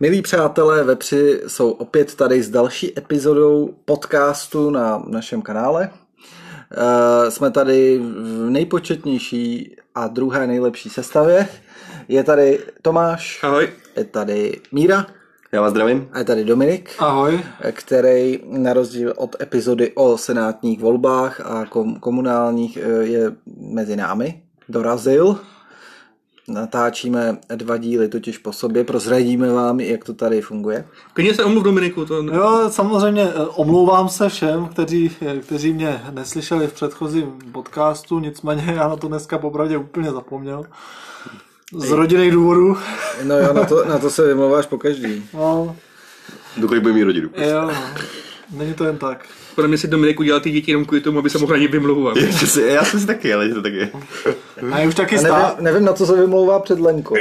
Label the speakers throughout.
Speaker 1: Milí přátelé, vepři jsou opět tady s další epizodou podcastu na našem kanále. Eh, Jsme tady v nejpočetnější a druhé nejlepší sestavě. Je tady Tomáš,
Speaker 2: Ahoj.
Speaker 1: je tady Míra
Speaker 2: Já vás zdravím.
Speaker 1: a je tady Dominik.
Speaker 3: Ahoj.
Speaker 1: který na rozdíl od epizody o senátních volbách a kom- komunálních eh, je mezi námi, dorazil. Natáčíme dva díly totiž po sobě, prozradíme vám, jak to tady funguje.
Speaker 2: Klidně se omluv Dominiku, to
Speaker 3: Jo, samozřejmě eh, omlouvám se všem, kteří, eh, kteří mě neslyšeli v předchozím podcastu, nicméně já na to dneska popravdě úplně zapomněl. Z rodinných důvodů.
Speaker 1: No jo, na to, na to se vymlouváš po každý.
Speaker 3: No,
Speaker 4: Dokud budu mít rodinu.
Speaker 3: jo, no. není to jen tak.
Speaker 2: podle mě si Dominiku dělal ty děti jenom kvůli tomu, aby se mohl na ně vymlouvat.
Speaker 4: Ještě si, já jsem si taky, ale že to taky.
Speaker 3: A já už taky,
Speaker 1: A
Speaker 3: stár,
Speaker 1: nevím, nevím, na co se vymlouvá před Lenkou.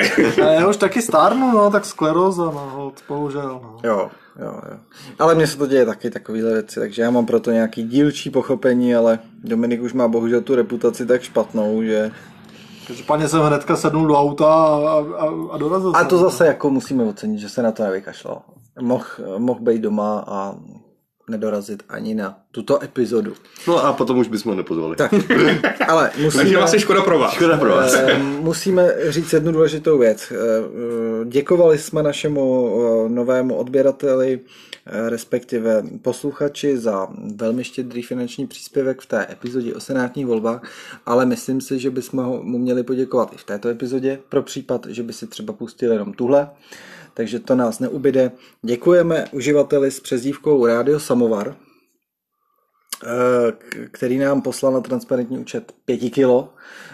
Speaker 3: a já už taky stárnu, no, tak skleróza, no, hold, bohužel. No.
Speaker 1: Jo, jo, jo. Ale mně se to děje taky takovýhle věci, takže já mám proto nějaký dílčí pochopení, ale Dominik už má bohužel tu reputaci tak špatnou, že...
Speaker 3: Každopádně jsem hnedka sednul do auta a, a, a dorazil
Speaker 1: A
Speaker 3: jsem. no.
Speaker 1: to zase jako musíme ocenit, že se na to nevykašlo. Moh, moh být doma a nedorazit ani na tuto epizodu.
Speaker 4: No a potom už bychom ho nepozvali.
Speaker 1: Tak, ale
Speaker 2: Takže
Speaker 1: musíme,
Speaker 2: vlastně škoda pro vás.
Speaker 4: Škoda pro vás.
Speaker 1: eh, musíme říct jednu důležitou věc. Eh, eh, Děkovali jsme našemu eh, novému odběrateli, eh, respektive posluchači za velmi štědrý finanční příspěvek v té epizodě o senátních volbách, ale myslím si, že bychom ho- mu měli poděkovat i v této epizodě, pro případ, že by si třeba pustili jenom tuhle takže to nás neubyde. Děkujeme uživateli s přezdívkou Radio Samovar, eh, k- který nám poslal na transparentní účet 5 kilo.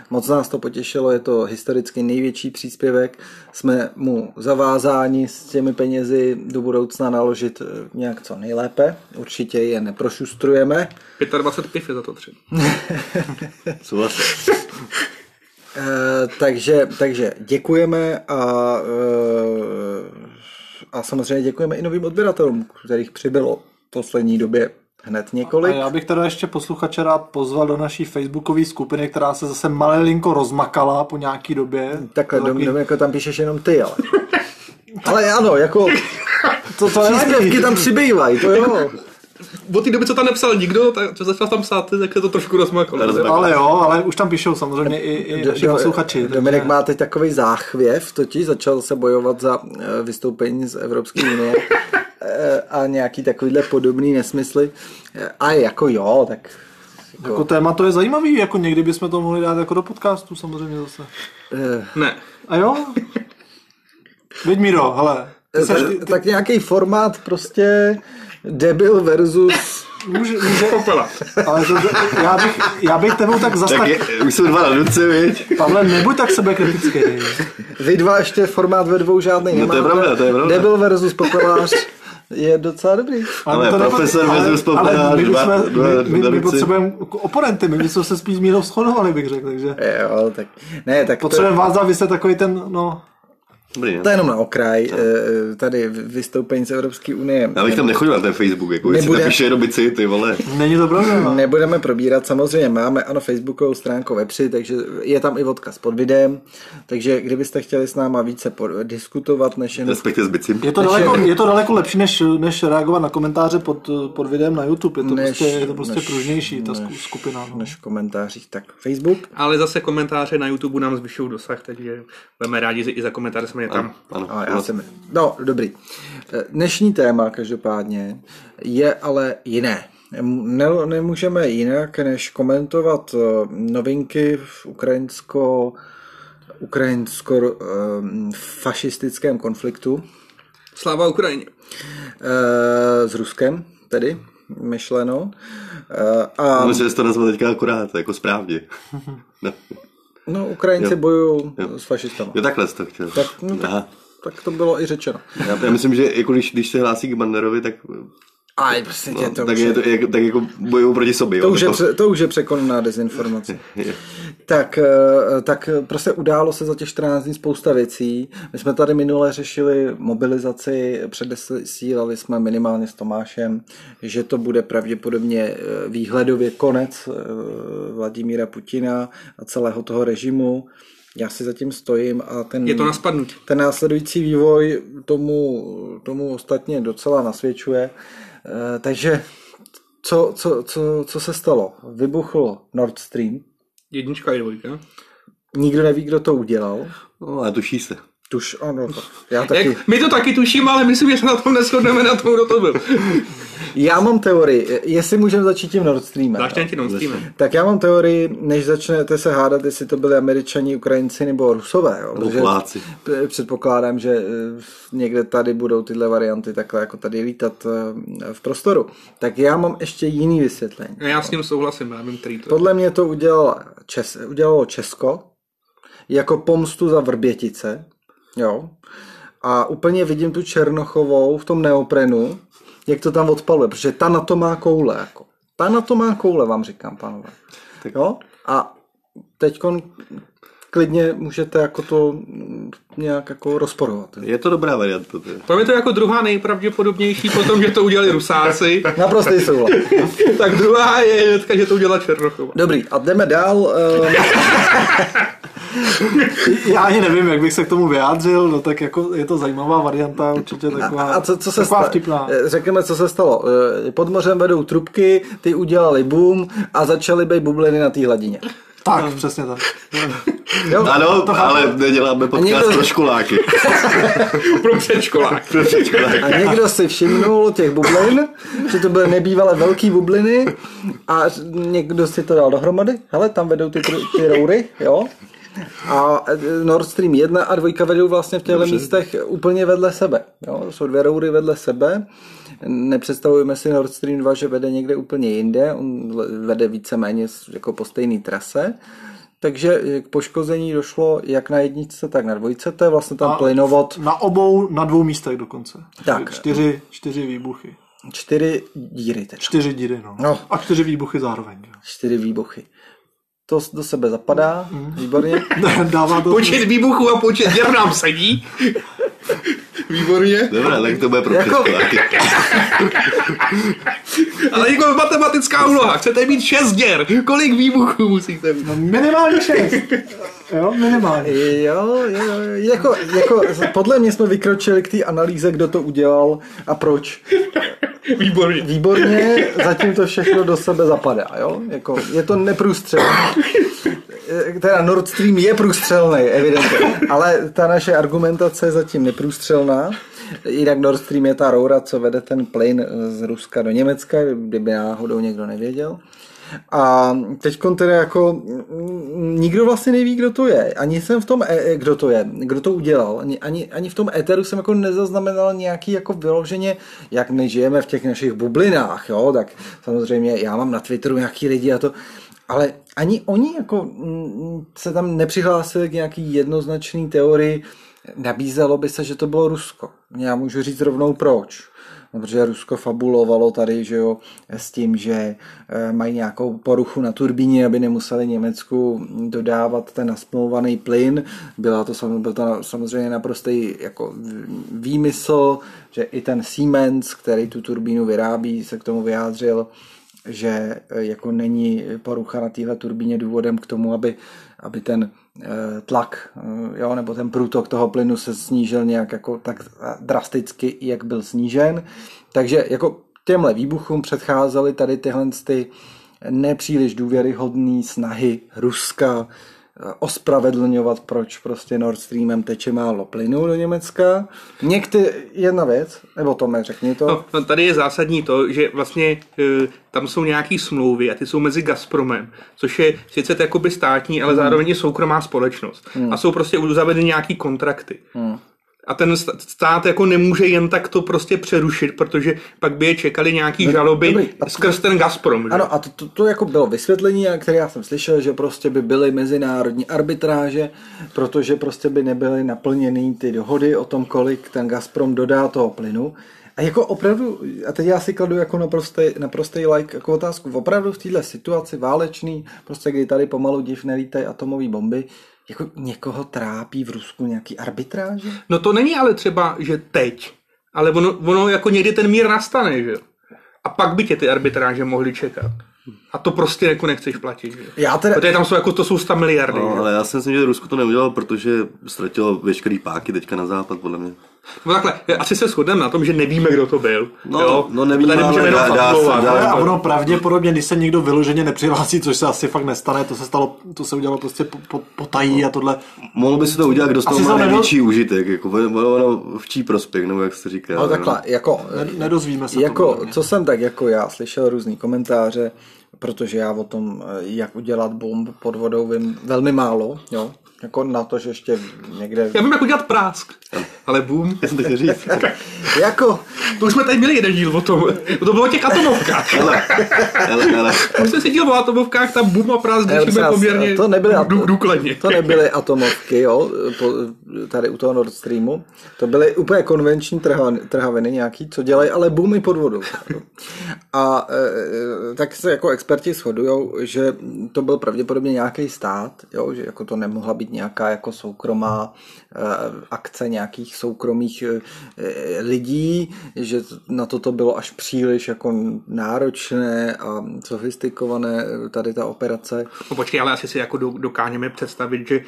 Speaker 1: Moc nás to potěšilo, je to historicky největší příspěvek. Jsme mu zavázáni s těmi penězi do budoucna naložit eh, nějak co nejlépe. Určitě je neprošustrujeme.
Speaker 2: 25 piv je za to tři.
Speaker 4: Souhlasím.
Speaker 1: Eh, takže, takže děkujeme a, eh, a samozřejmě děkujeme i novým odběratelům, kterých přibylo v poslední době hned několik.
Speaker 3: A já bych teda ještě posluchače rád pozval do naší facebookové skupiny, která se zase malinko rozmakala po nějaký době.
Speaker 1: Takhle,
Speaker 3: To je
Speaker 1: dom,
Speaker 3: takový-
Speaker 1: dom, jako tam píšeš jenom ty, ale. Ale ano, jako
Speaker 3: To, to nevadí.
Speaker 1: příspěvky tam přibývají, to jo.
Speaker 2: Od té doby, co tam nepsal nikdo, tak co začal tam psát, ty, tak se to trošku rozmaklo.
Speaker 4: Rozmaklo.
Speaker 3: Ale jo, ale už tam píšou samozřejmě i, i naši
Speaker 1: Do- do-
Speaker 3: posluchači.
Speaker 1: Dominik
Speaker 3: takže-
Speaker 1: má teď takový záchvěv, totiž začal se bojovat za eh, vystoupení z Evropské unie eh, a nějaký takovýhle podobný nesmysly. Eh, A jako jo, tak
Speaker 3: Jako téma to je zajímavý, jako někdy bychom to mohli dát jako do podcastu samozřejmě zase.
Speaker 1: eh,
Speaker 2: Ne.
Speaker 3: A jo? Veď Miro, hele, ty seš, ty,
Speaker 1: tak, tak nějaký formát prostě debil versus
Speaker 3: může, může,
Speaker 2: Popela.
Speaker 3: ale to, já, bych, já bych tebou tak zase
Speaker 4: Tak
Speaker 3: tak,
Speaker 4: je, už jsou dva na ruce, viď?
Speaker 3: Pavle, nebuď tak sebekritický.
Speaker 1: vy dva ještě formát ve dvou žádný
Speaker 4: No to je pravda, to je pravda.
Speaker 1: Debil versus popelář je docela dobrý.
Speaker 4: Ale
Speaker 3: to nepo-
Speaker 4: profesor versus
Speaker 3: ale
Speaker 4: popelář,
Speaker 3: my,
Speaker 4: dva-
Speaker 3: bychom,
Speaker 4: dva
Speaker 3: my, my, my
Speaker 4: darci.
Speaker 3: potřebujeme jako oponenty, my bychom se spíš s Mírou shodovali, bych řekl, takže
Speaker 1: Jo, tak ne, tak to,
Speaker 3: potřebujeme vás a vy jste takový ten, no,
Speaker 4: Dobrý, ne?
Speaker 1: to je jenom na okraj. eh, Tady vystoupení z Evropské unie
Speaker 4: Já bych tam nechodil na ten Facebook, jako jestli
Speaker 1: Nebude.
Speaker 4: tam píše jenom bici, ty vole.
Speaker 3: není to pravda. no.
Speaker 1: Nebudeme probírat, samozřejmě máme ano facebookovou stránku Vepři, takže je tam i odkaz pod videem, takže kdybyste chtěli s náma více po- diskutovat, než jen
Speaker 4: Respektive s bicím.
Speaker 3: Je to, daleko, je to daleko lepší, než, než reagovat na komentáře pod, pod videem na YouTube. Je to
Speaker 1: Než-
Speaker 3: než, prostě, je to prostě
Speaker 1: než-
Speaker 3: než, pružnější, ta než,
Speaker 1: než-
Speaker 3: skupina. No.
Speaker 1: než v komentářích, tak Facebook.
Speaker 2: Ale zase komentáře na YouTube nám zvyšují dosah, takže budeme rádi že i za komentáře jsme je tam.
Speaker 4: Ano,
Speaker 1: Ale já
Speaker 4: souhlasím.
Speaker 1: jsem... No, dobrý. Eh, Dnešní téma každopádně je ale jiné. Ne, nemůžeme jinak, než komentovat eh, novinky v ukrajinsko ukrajinsko-fašistickém konfliktu
Speaker 2: Sláva Ukrajině.
Speaker 1: eh, s Ruskem, tedy myšleno. Eh, A
Speaker 4: Myslím, že to nazval teďka akorát, jako správně. No.
Speaker 1: no, Ukrajinci bojují s fašistama.
Speaker 4: Jo, takhle jsi to chtěl.
Speaker 1: Tak, no,
Speaker 4: Aha.
Speaker 1: Tak to bylo i řečeno.
Speaker 4: Já, já myslím, že jako když, když se hlásí k Banderovi, tak,
Speaker 1: A prostě tě
Speaker 4: no,
Speaker 1: to
Speaker 4: tak,
Speaker 1: už
Speaker 4: je to, jak, tak jako bojují proti sobě.
Speaker 1: To
Speaker 4: jo,
Speaker 1: už, je,
Speaker 4: nebo-
Speaker 1: pře- to už je překonaná dezinformace. tak, eh, tak prostě událo se za těch 14 dní spousta věcí. My jsme tady minule řešili mobilizaci, předesílali jsme minimálně s Tomášem, že to bude pravděpodobně eh, výhledově konec eh, Vladimíra Putina a celého toho režimu já si zatím stojím a ten,
Speaker 2: Je to na spadnutí.
Speaker 1: ten následující vývoj tomu, tomu ostatně docela nasvědčuje. Eh, Takže co, co, co, co se stalo? Vybuchl Nord Stream,
Speaker 2: Jednička i dvojka.
Speaker 1: nikdo neví, kdo to udělal.
Speaker 4: No, ale tuší se.
Speaker 1: Tuž ano, já taky.
Speaker 2: Jak, my to taky tušíme, ale myslím, že se na tom neschodneme na tom, kdo to byl.
Speaker 1: Já mám teorii, jestli můžeme začít tím Nord Streamem.
Speaker 2: Zvláště ti non
Speaker 1: Tak já mám teorii, než začnete se hádat, jestli to byli američani, ukrajinci nebo rusové. Jo?
Speaker 4: Nebo
Speaker 1: protože
Speaker 4: Poláci.
Speaker 1: p- Předpokládám, že eh, někde tady budou tyhle varianty takhle jako tady lítat eh, v prostoru. Tak já mám ještě jiný vysvětlení.
Speaker 2: Já s ním souhlasím, já vím, který to je.
Speaker 1: Podle mě to udělalo, Čes, udělalo Česko jako pomstu za Vrbětice. Jo. A úplně vidím tu Černochovou v tom neoprenu, jak to tam odpaluje, protože ta na to má koule. Jako. Ta na to má koule, vám říkám, pánové. Tak. Jo? A teď klidně můžete jako to mm, nějak jako rozporovat.
Speaker 4: Je to dobrá varianta. To je.
Speaker 2: Pro mě to je jako druhá nejpravděpodobnější potom, že to udělali Rusáci.
Speaker 1: Naprostý souhlas.
Speaker 2: tak druhá je hnedka, že to udělala Černochova.
Speaker 1: Dobrý, a jdeme dál. eh,
Speaker 3: Já ani nevím, jak bych se k tomu vyjádřil, no tak jako je to zajímavá varianta, určitě taková,
Speaker 1: A co, co se
Speaker 3: taková
Speaker 1: stalo?
Speaker 3: vtipná.
Speaker 1: Řekneme, co se stalo. Eh, Pod mořem vedou trubky, ty udělali boom a začaly být bubliny na té hladině. eh,
Speaker 3: Tak, přesně tak.
Speaker 1: Jo?
Speaker 4: Ano, ale neděláme podcast
Speaker 1: někdo-
Speaker 4: pro školáky.
Speaker 2: Pro předškolák.
Speaker 4: Pro školáky.
Speaker 1: A někdo si všimnul těch bublin, že to byly nebývalé velké bubliny a někdo si to dal dohromady. Hele, tam vedou ty, tru- ty roury, jo? A eh, Nord Stream 1 a 2 vedou vlastně v těchto místech úplně vedle sebe. Jo? Jsou dvě roury vedle sebe. Nepředstavujeme si Nord Stream 2, že vede někde úplně jinde. On le- vede víceméně s- jako po stejné trase. Takže eh, k poškození došlo jak na jedničce, tak na dvojce. To je vlastně tam
Speaker 3: A-
Speaker 1: plynovod
Speaker 3: Na obou, na dvou místech dokonce.
Speaker 1: Tak.
Speaker 3: Čtyři, čtyři výbuchy.
Speaker 1: čtyři díry. Teda.
Speaker 3: Čtyři díry, no.
Speaker 1: No.
Speaker 3: A čtyři výbuchy zároveň. jo.
Speaker 1: čtyři výbuchy. To s- do sebe zapadá, výborně.
Speaker 3: Dává to...
Speaker 2: Počet výbuchů a počet děr nám sedí. Výborně.
Speaker 4: Dobrá, tak to bude pro
Speaker 1: Jako-
Speaker 4: školáky.
Speaker 2: Ale jako matematická úloha. Chcete mít šest děr. Kolik výbuchů musíte mít?
Speaker 3: No, minimálně šest. Jo, minimálně.
Speaker 1: Jo, jo, jo, jako, jako, podle mě jsme vykročili k té analýze, kdo to udělal a proč.
Speaker 2: Výborně.
Speaker 1: Výborně, zatím to všechno do sebe zapadá, jo? Jako, je to neprůstřelné. Eh, Teda Nord Stream je průstřelný, evidentně, ale ta naše argumentace je zatím neprůstřelná. Jinak Nord Stream je ta roura, co vede ten plyn eh, z Ruska do Německa, kdyby náhodou někdo nevěděl. A teď teda jako mm, nikdo vlastně neví, kdo to je. Ani jsem v tom, e- e, kdo to je, kdo to udělal. Ani, ani, ani v tom éteru jsem jako nezaznamenal nějaký jako vyloženě, jak my žijeme v těch našich bublinách, jo, tak samozřejmě já mám na Twitteru nějaký lidi a to, ale ani oni jako mm, se tam nepřihlásili k nějaký jednoznačný teorii, nabízelo by se, že to bylo Rusko. Já můžu říct rovnou proč. No, protože Rusko fabulovalo tady, že jo, s tím, že eh, mají nějakou poruchu na turbíně, aby nemuseli Německu dodávat ten nasmlouvaný plyn. Byla to, sam- byl to na- samozřejmě naprostý jako v- výmysl, že i ten Siemens, který tu turbínu vyrábí, se k tomu vyjádřil, že eh, jako není porucha na téhle turbíně důvodem k tomu, aby, aby ten eh, tlak eh, jo, nebo ten průtok toho plynu se snížil nějak jako tak drasticky, jak byl snížen. Takže jako těmhle výbuchům předcházely tady tyhle ty nepříliš důvěryhodné snahy Ruska eh, ospravedlňovat, proč prostě Nord Streamem teče málo plynu do Německa. Někdy jedna věc, nebo Tome, řekni to.
Speaker 2: No, no, tady je zásadní to, že vlastně e, tam jsou nějaký smlouvy a ty jsou mezi Gazpromem, což je sice to jakoby státní,
Speaker 1: Hmm.
Speaker 2: ale zároveň i soukromá společnost. A jsou prostě uzavřeny nějaký kontrakty.
Speaker 1: Hmm.
Speaker 2: A ten sta- stát jako nemůže jen tak to prostě přerušit, protože pak by je čekali nějaký žaloby
Speaker 1: No, dobrý. A-
Speaker 2: skrz ten Gazprom. Že?
Speaker 1: Ano, a to, to, to jako bylo vysvětlení, které já jsem slyšel, že prostě by byly mezinárodní arbitráže, protože prostě by nebyly naplněny ty dohody o tom, kolik ten Gazprom dodá toho plynu. A jako opravdu, a teď já si kladu jako naprostej, naprostej like jako otázku, opravdu v této situaci válečný, prostě kdy tady pomalu div nelítají atomové bomby, jako někoho trápí v Rusku nějaký arbitráže?
Speaker 2: No to není ale třeba, že teď, ale ono, ono jako někdy ten mír nastane, že jo? A pak by tě ty arbitráže mohly čekat. A to prostě jako nechceš platit. Že?
Speaker 1: Já teda-
Speaker 2: Protože tam jsou jako, to jsou 100 miliardy.
Speaker 4: No,
Speaker 2: No,
Speaker 4: ale já si myslím, že Rusko to neudělalo, protože ztratilo veškerý páky teďka na západ, podle mě.
Speaker 2: no takhle, asi se shodneme na tom, že nevíme, kdo to byl.
Speaker 4: No,
Speaker 2: jo?
Speaker 4: no, nevíme,
Speaker 2: Tady můžeme
Speaker 4: ale
Speaker 2: jenom
Speaker 4: dá- dá se-
Speaker 2: spekulovat.
Speaker 4: dá-
Speaker 3: Ale a ono pravděpodobně, když se někdo vyloženě nepřihlásí, což se asi fakt nestane, to se stalo, to se udělalo prostě po- po- potají a tohle.
Speaker 4: Mohlo by se to udělat, kdo z toho
Speaker 3: Asi
Speaker 4: má
Speaker 3: jsem nedal-
Speaker 4: největší užitek, jako ono, ono v čí prospěch, nebo jak se říká.
Speaker 1: Ale takhle, jako,
Speaker 3: Eh, Ne- nedozvíme se to,
Speaker 1: jako
Speaker 3: podle mě.
Speaker 1: co jsem tak jako já slyšel různý komentáře, protože já o tom, eh, jak udělat bomb pod vodou, vím velmi málo, jo. Jako na to, že ještě někde...
Speaker 2: Já vím, jak udělat prásk. Ale boom.
Speaker 4: Já jsem to chtěl říct.
Speaker 1: Jako,
Speaker 2: To už jsme tady měli jeden díl o tom. To bylo o těch atomovkách.
Speaker 4: Ale, ale, ale,
Speaker 2: Už jsem si díl o atomovkách, tam boom a prásk
Speaker 1: Ne,
Speaker 2: řešíme
Speaker 1: prosím vás,
Speaker 2: poměrně
Speaker 1: to nebyly,
Speaker 2: dů-
Speaker 1: ato-
Speaker 2: důkladně.
Speaker 1: to nebyly atomovky, jo, po, tady u toho Nord Streamu. To byly úplně konvenční trhaviny, trhaviny nějaký, co dělají, ale boomy pod vodou. A e, tak se jako experti shodujou, že to byl pravděpodobně nějaký stát, jo, že jako to nemohla být nějaká jako soukromá e, akce nějakých soukromých e, e, lidí, že na to to bylo až příliš jako náročné a sofistikované e, tady ta operace.
Speaker 2: No počkej, ale asi si jako do- dokážeme představit, že e,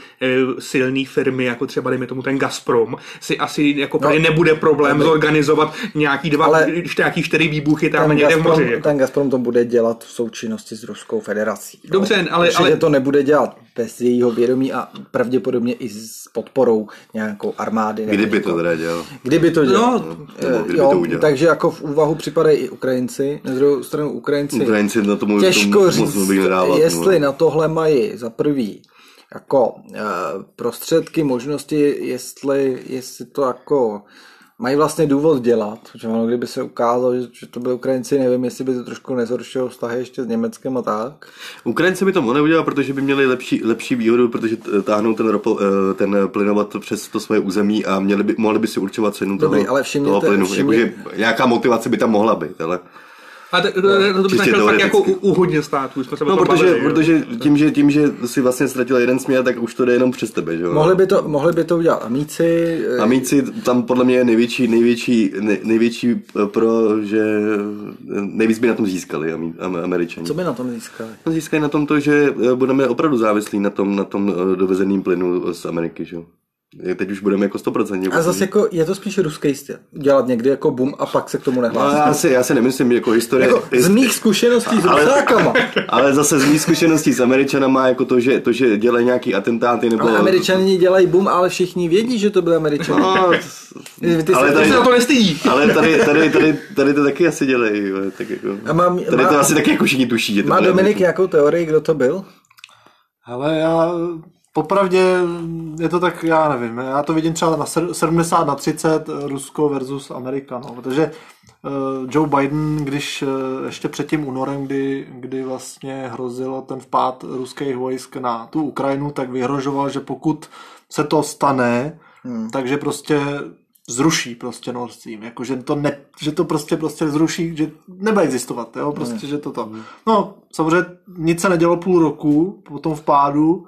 Speaker 2: silné firmy, jako třeba dejme tomu ten Gazprom, si asi jako no, nebude problém zorganizovat nějaký dva,
Speaker 1: Ale-
Speaker 2: ale, nějaký čtyři výbuchy tam
Speaker 1: ten
Speaker 2: někde v
Speaker 1: Gazprom,
Speaker 2: moři. Jako.
Speaker 1: ten Gazprom to bude dělat v součinnosti s Ruskou federací. jo.
Speaker 2: Dobře, ale-
Speaker 1: Určitě
Speaker 2: ale-
Speaker 1: to nebude dělat bez jejího vědomí a pravděpodobně i s podporou nějakou armády. nebo
Speaker 4: kdyby to
Speaker 1: někoho.
Speaker 4: teda dělal.
Speaker 1: Kdyby to dělal.
Speaker 2: No,
Speaker 1: Eh,
Speaker 4: nebo kdyby
Speaker 1: jo,
Speaker 4: to udělal.
Speaker 1: takže jako v úvahu připadají i Ukrajinci. Na druhou stranu Ukrajinci
Speaker 4: Ukrajinci na tomu
Speaker 1: těžko
Speaker 4: tomu
Speaker 1: říct,
Speaker 4: moc mluví nedávat.
Speaker 1: jestli
Speaker 4: no.
Speaker 1: na tohle mají za prvý jako eh, prostředky, možnosti, jestli, jestli to jako mají vlastně důvod dělat, protože ono, kdyby se ukázalo, že, že to byli Ukrajinci, nevím, jestli by to trošku nezhoršilo vztahy ještě s Německem a tak.
Speaker 4: Ukrajinci by to neudělali, protože by měli lepší, lepší výhodu, protože t- táhnou ten, ropo, eh, ten plynovod přes to svoje území a měli by, mohli by si určovat cenu toho,
Speaker 1: Dobrý, ale všimněte-
Speaker 4: toho plynu.
Speaker 1: všimně-
Speaker 4: Jakože nějaká motivace by tam mohla být, ale...
Speaker 2: A to, to, to bych
Speaker 4: čistě
Speaker 2: našel fakt jako u,
Speaker 4: teoreticky.
Speaker 2: u hodně států. Jsme se
Speaker 4: No,
Speaker 2: o tom
Speaker 4: protože,
Speaker 2: bavili, jo.
Speaker 4: protože tím, že, tím, že si vlastně ztratil jeden směr, tak už to jde jenom přes tebe, že jo?
Speaker 1: Mohli by to, mohli by to udělat amíci, eh,
Speaker 4: A Míci tam podle mě je největší, největší, nej- největší eh, pro, že eh, nejvíc by na tom získali Ami- Am- američani.
Speaker 1: co by na tom získali?
Speaker 4: No, Získají na tom to, že eh, budeme opravdu závislí na tom, na tom eh, dovezeným plynu z Ameriky, že jo. Eh, Teď už budeme jako 100%.
Speaker 1: A
Speaker 4: protože-
Speaker 1: zase jako, je to spíš ruský styl. Dělat někdy jako bum a pak se k tomu
Speaker 4: No,
Speaker 1: nehlásit.
Speaker 4: já, si, já si nemyslím, jako historie...
Speaker 1: Jako z
Speaker 4: hist-
Speaker 1: mých zkušeností s
Speaker 4: Ale-
Speaker 1: rusákama.
Speaker 4: Ale zase z mých zkušeností s Američanama, jako to, že, to, že dělají nějaký atentáty nebo...
Speaker 1: Ale američani dělají boom, ale všichni vědí, že to byly američani.
Speaker 4: No,
Speaker 1: Ty
Speaker 4: ale
Speaker 1: se-
Speaker 2: Ty
Speaker 4: tady-
Speaker 2: se na to nestydí.
Speaker 4: ale tady, tady, tady, tady to taky asi dělají. jo, Tak jako.
Speaker 1: A mám-
Speaker 4: tady to
Speaker 1: má-
Speaker 4: asi taky jako všichni tuší. Že to
Speaker 1: Má
Speaker 4: byly
Speaker 1: Dominik
Speaker 4: Američané.
Speaker 1: nějakou teorii, kdo to byl?
Speaker 3: Hele, já popravdě je to tak, já nevím, já to vidím třeba na sed- 70 na 30 Rusko versus Amerika, no, protože eh, Joe Biden, když eh, ještě před tím únorem, kdy, kdy vlastně hrozilo ten vpád ruských vojsk na tu Ukrajinu, tak vyhrožoval, že pokud se to stane, hmm. takže prostě zruší prostě Nord Stream, jako, že, to ne, že to prostě prostě zruší, že nebude existovat, jo, prostě, že to to.
Speaker 1: Mhm.
Speaker 3: No, samozřejmě nic se nedělo půl roku po tom vpádu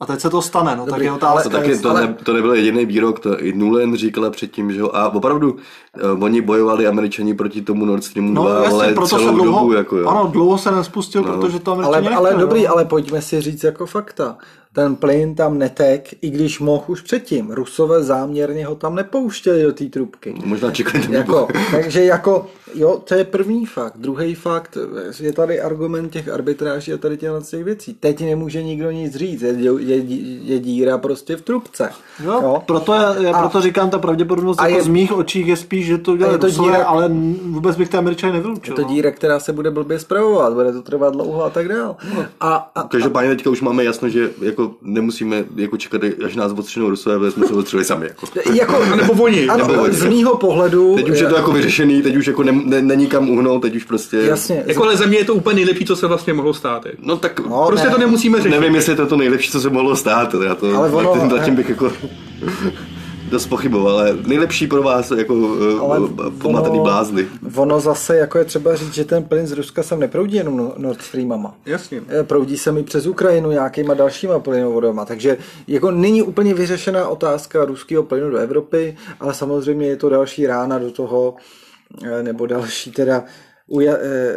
Speaker 3: a teď se to stane, no, tak
Speaker 1: Dobrý,
Speaker 3: je otázka,
Speaker 4: To, taky, to,
Speaker 1: ale-
Speaker 4: ne, to nebyl jediný výrok, to i Nulen říkala předtím, že jo, a opravdu eh, oni bojovali američani proti tomu Nord Streamu
Speaker 3: no,
Speaker 4: 2,
Speaker 3: jasně,
Speaker 4: ale
Speaker 3: proto se
Speaker 4: celou
Speaker 3: dlouho,
Speaker 4: dobu, jako jo.
Speaker 3: ano, dlouho se nespustil, no. protože to
Speaker 1: Ale,
Speaker 3: američani
Speaker 1: ale
Speaker 3: nechtěli,
Speaker 1: dobrý,
Speaker 3: no.
Speaker 1: ale pojďme si říct jako fakta. Ten plyn tam netek, i když mohl už předtím. Rusové záměrně ho tam nepouštěli do té trubky.
Speaker 4: Možná čekali ten
Speaker 1: Jako, takže jako, jo, to je první fakt. Druhý fakt, je tady argument těch arbitráží a tady těchto těch věcí. Teď nemůže nikdo nic říct, je, je, je díra prostě v trubce.
Speaker 3: Jo, proto já, já
Speaker 1: A-
Speaker 3: proto říkám, ta pravděpodobnost
Speaker 1: a
Speaker 3: jako
Speaker 1: je-
Speaker 3: z mých očích je spíš, že to
Speaker 1: je
Speaker 3: udělali
Speaker 1: to
Speaker 3: Rusové,
Speaker 1: díra-
Speaker 3: ale n- vůbec bych ty američany nevylučil.
Speaker 1: Je to
Speaker 3: no.
Speaker 1: díra, která se bude blbě zpravovat, bude to trvat dlouho a tak dál. A, a
Speaker 4: Každopádně teďka už máme jasno, že jako nemusíme jako čekat, až nás odstřinou Rusové, protože jsme se odstřeli sami. Jako.
Speaker 1: jako,
Speaker 2: A nebo oni.
Speaker 1: ano,
Speaker 4: nebo oni.
Speaker 1: z mýho pohledu,
Speaker 4: Teď už je to jako vyřešený, teď už jako ne, ne, není kam uhnout, teď už prostě...
Speaker 1: jasně,
Speaker 2: Jako, ale za mě je to úplně nejlepší, co se vlastně mohlo stát. jako.
Speaker 4: No tak
Speaker 1: No,
Speaker 2: Prostě
Speaker 1: ne.
Speaker 2: to nemusíme řešit.
Speaker 4: Nevím, jestli je to to nejlepší, co se mohlo stát. Já to
Speaker 1: Ale
Speaker 4: ale
Speaker 1: ono-
Speaker 4: ono, zatím bych jako dost pochyboval, ale nejlepší pro vás jako
Speaker 1: ale
Speaker 4: ale pomatený blázny.
Speaker 1: ono zase jako je třeba říct, že ten plyn z Ruska sem neproudí jenom no- Nord Streamama.
Speaker 2: Jasně.
Speaker 1: Eh, Proudí se mi přes Ukrajinu nějakýma dalšíma plynovodama, takže jako není úplně vyřešená otázka ruského plynu do Evropy, ale samozřejmě je to další rána do toho, eh, nebo další teda uja, eh,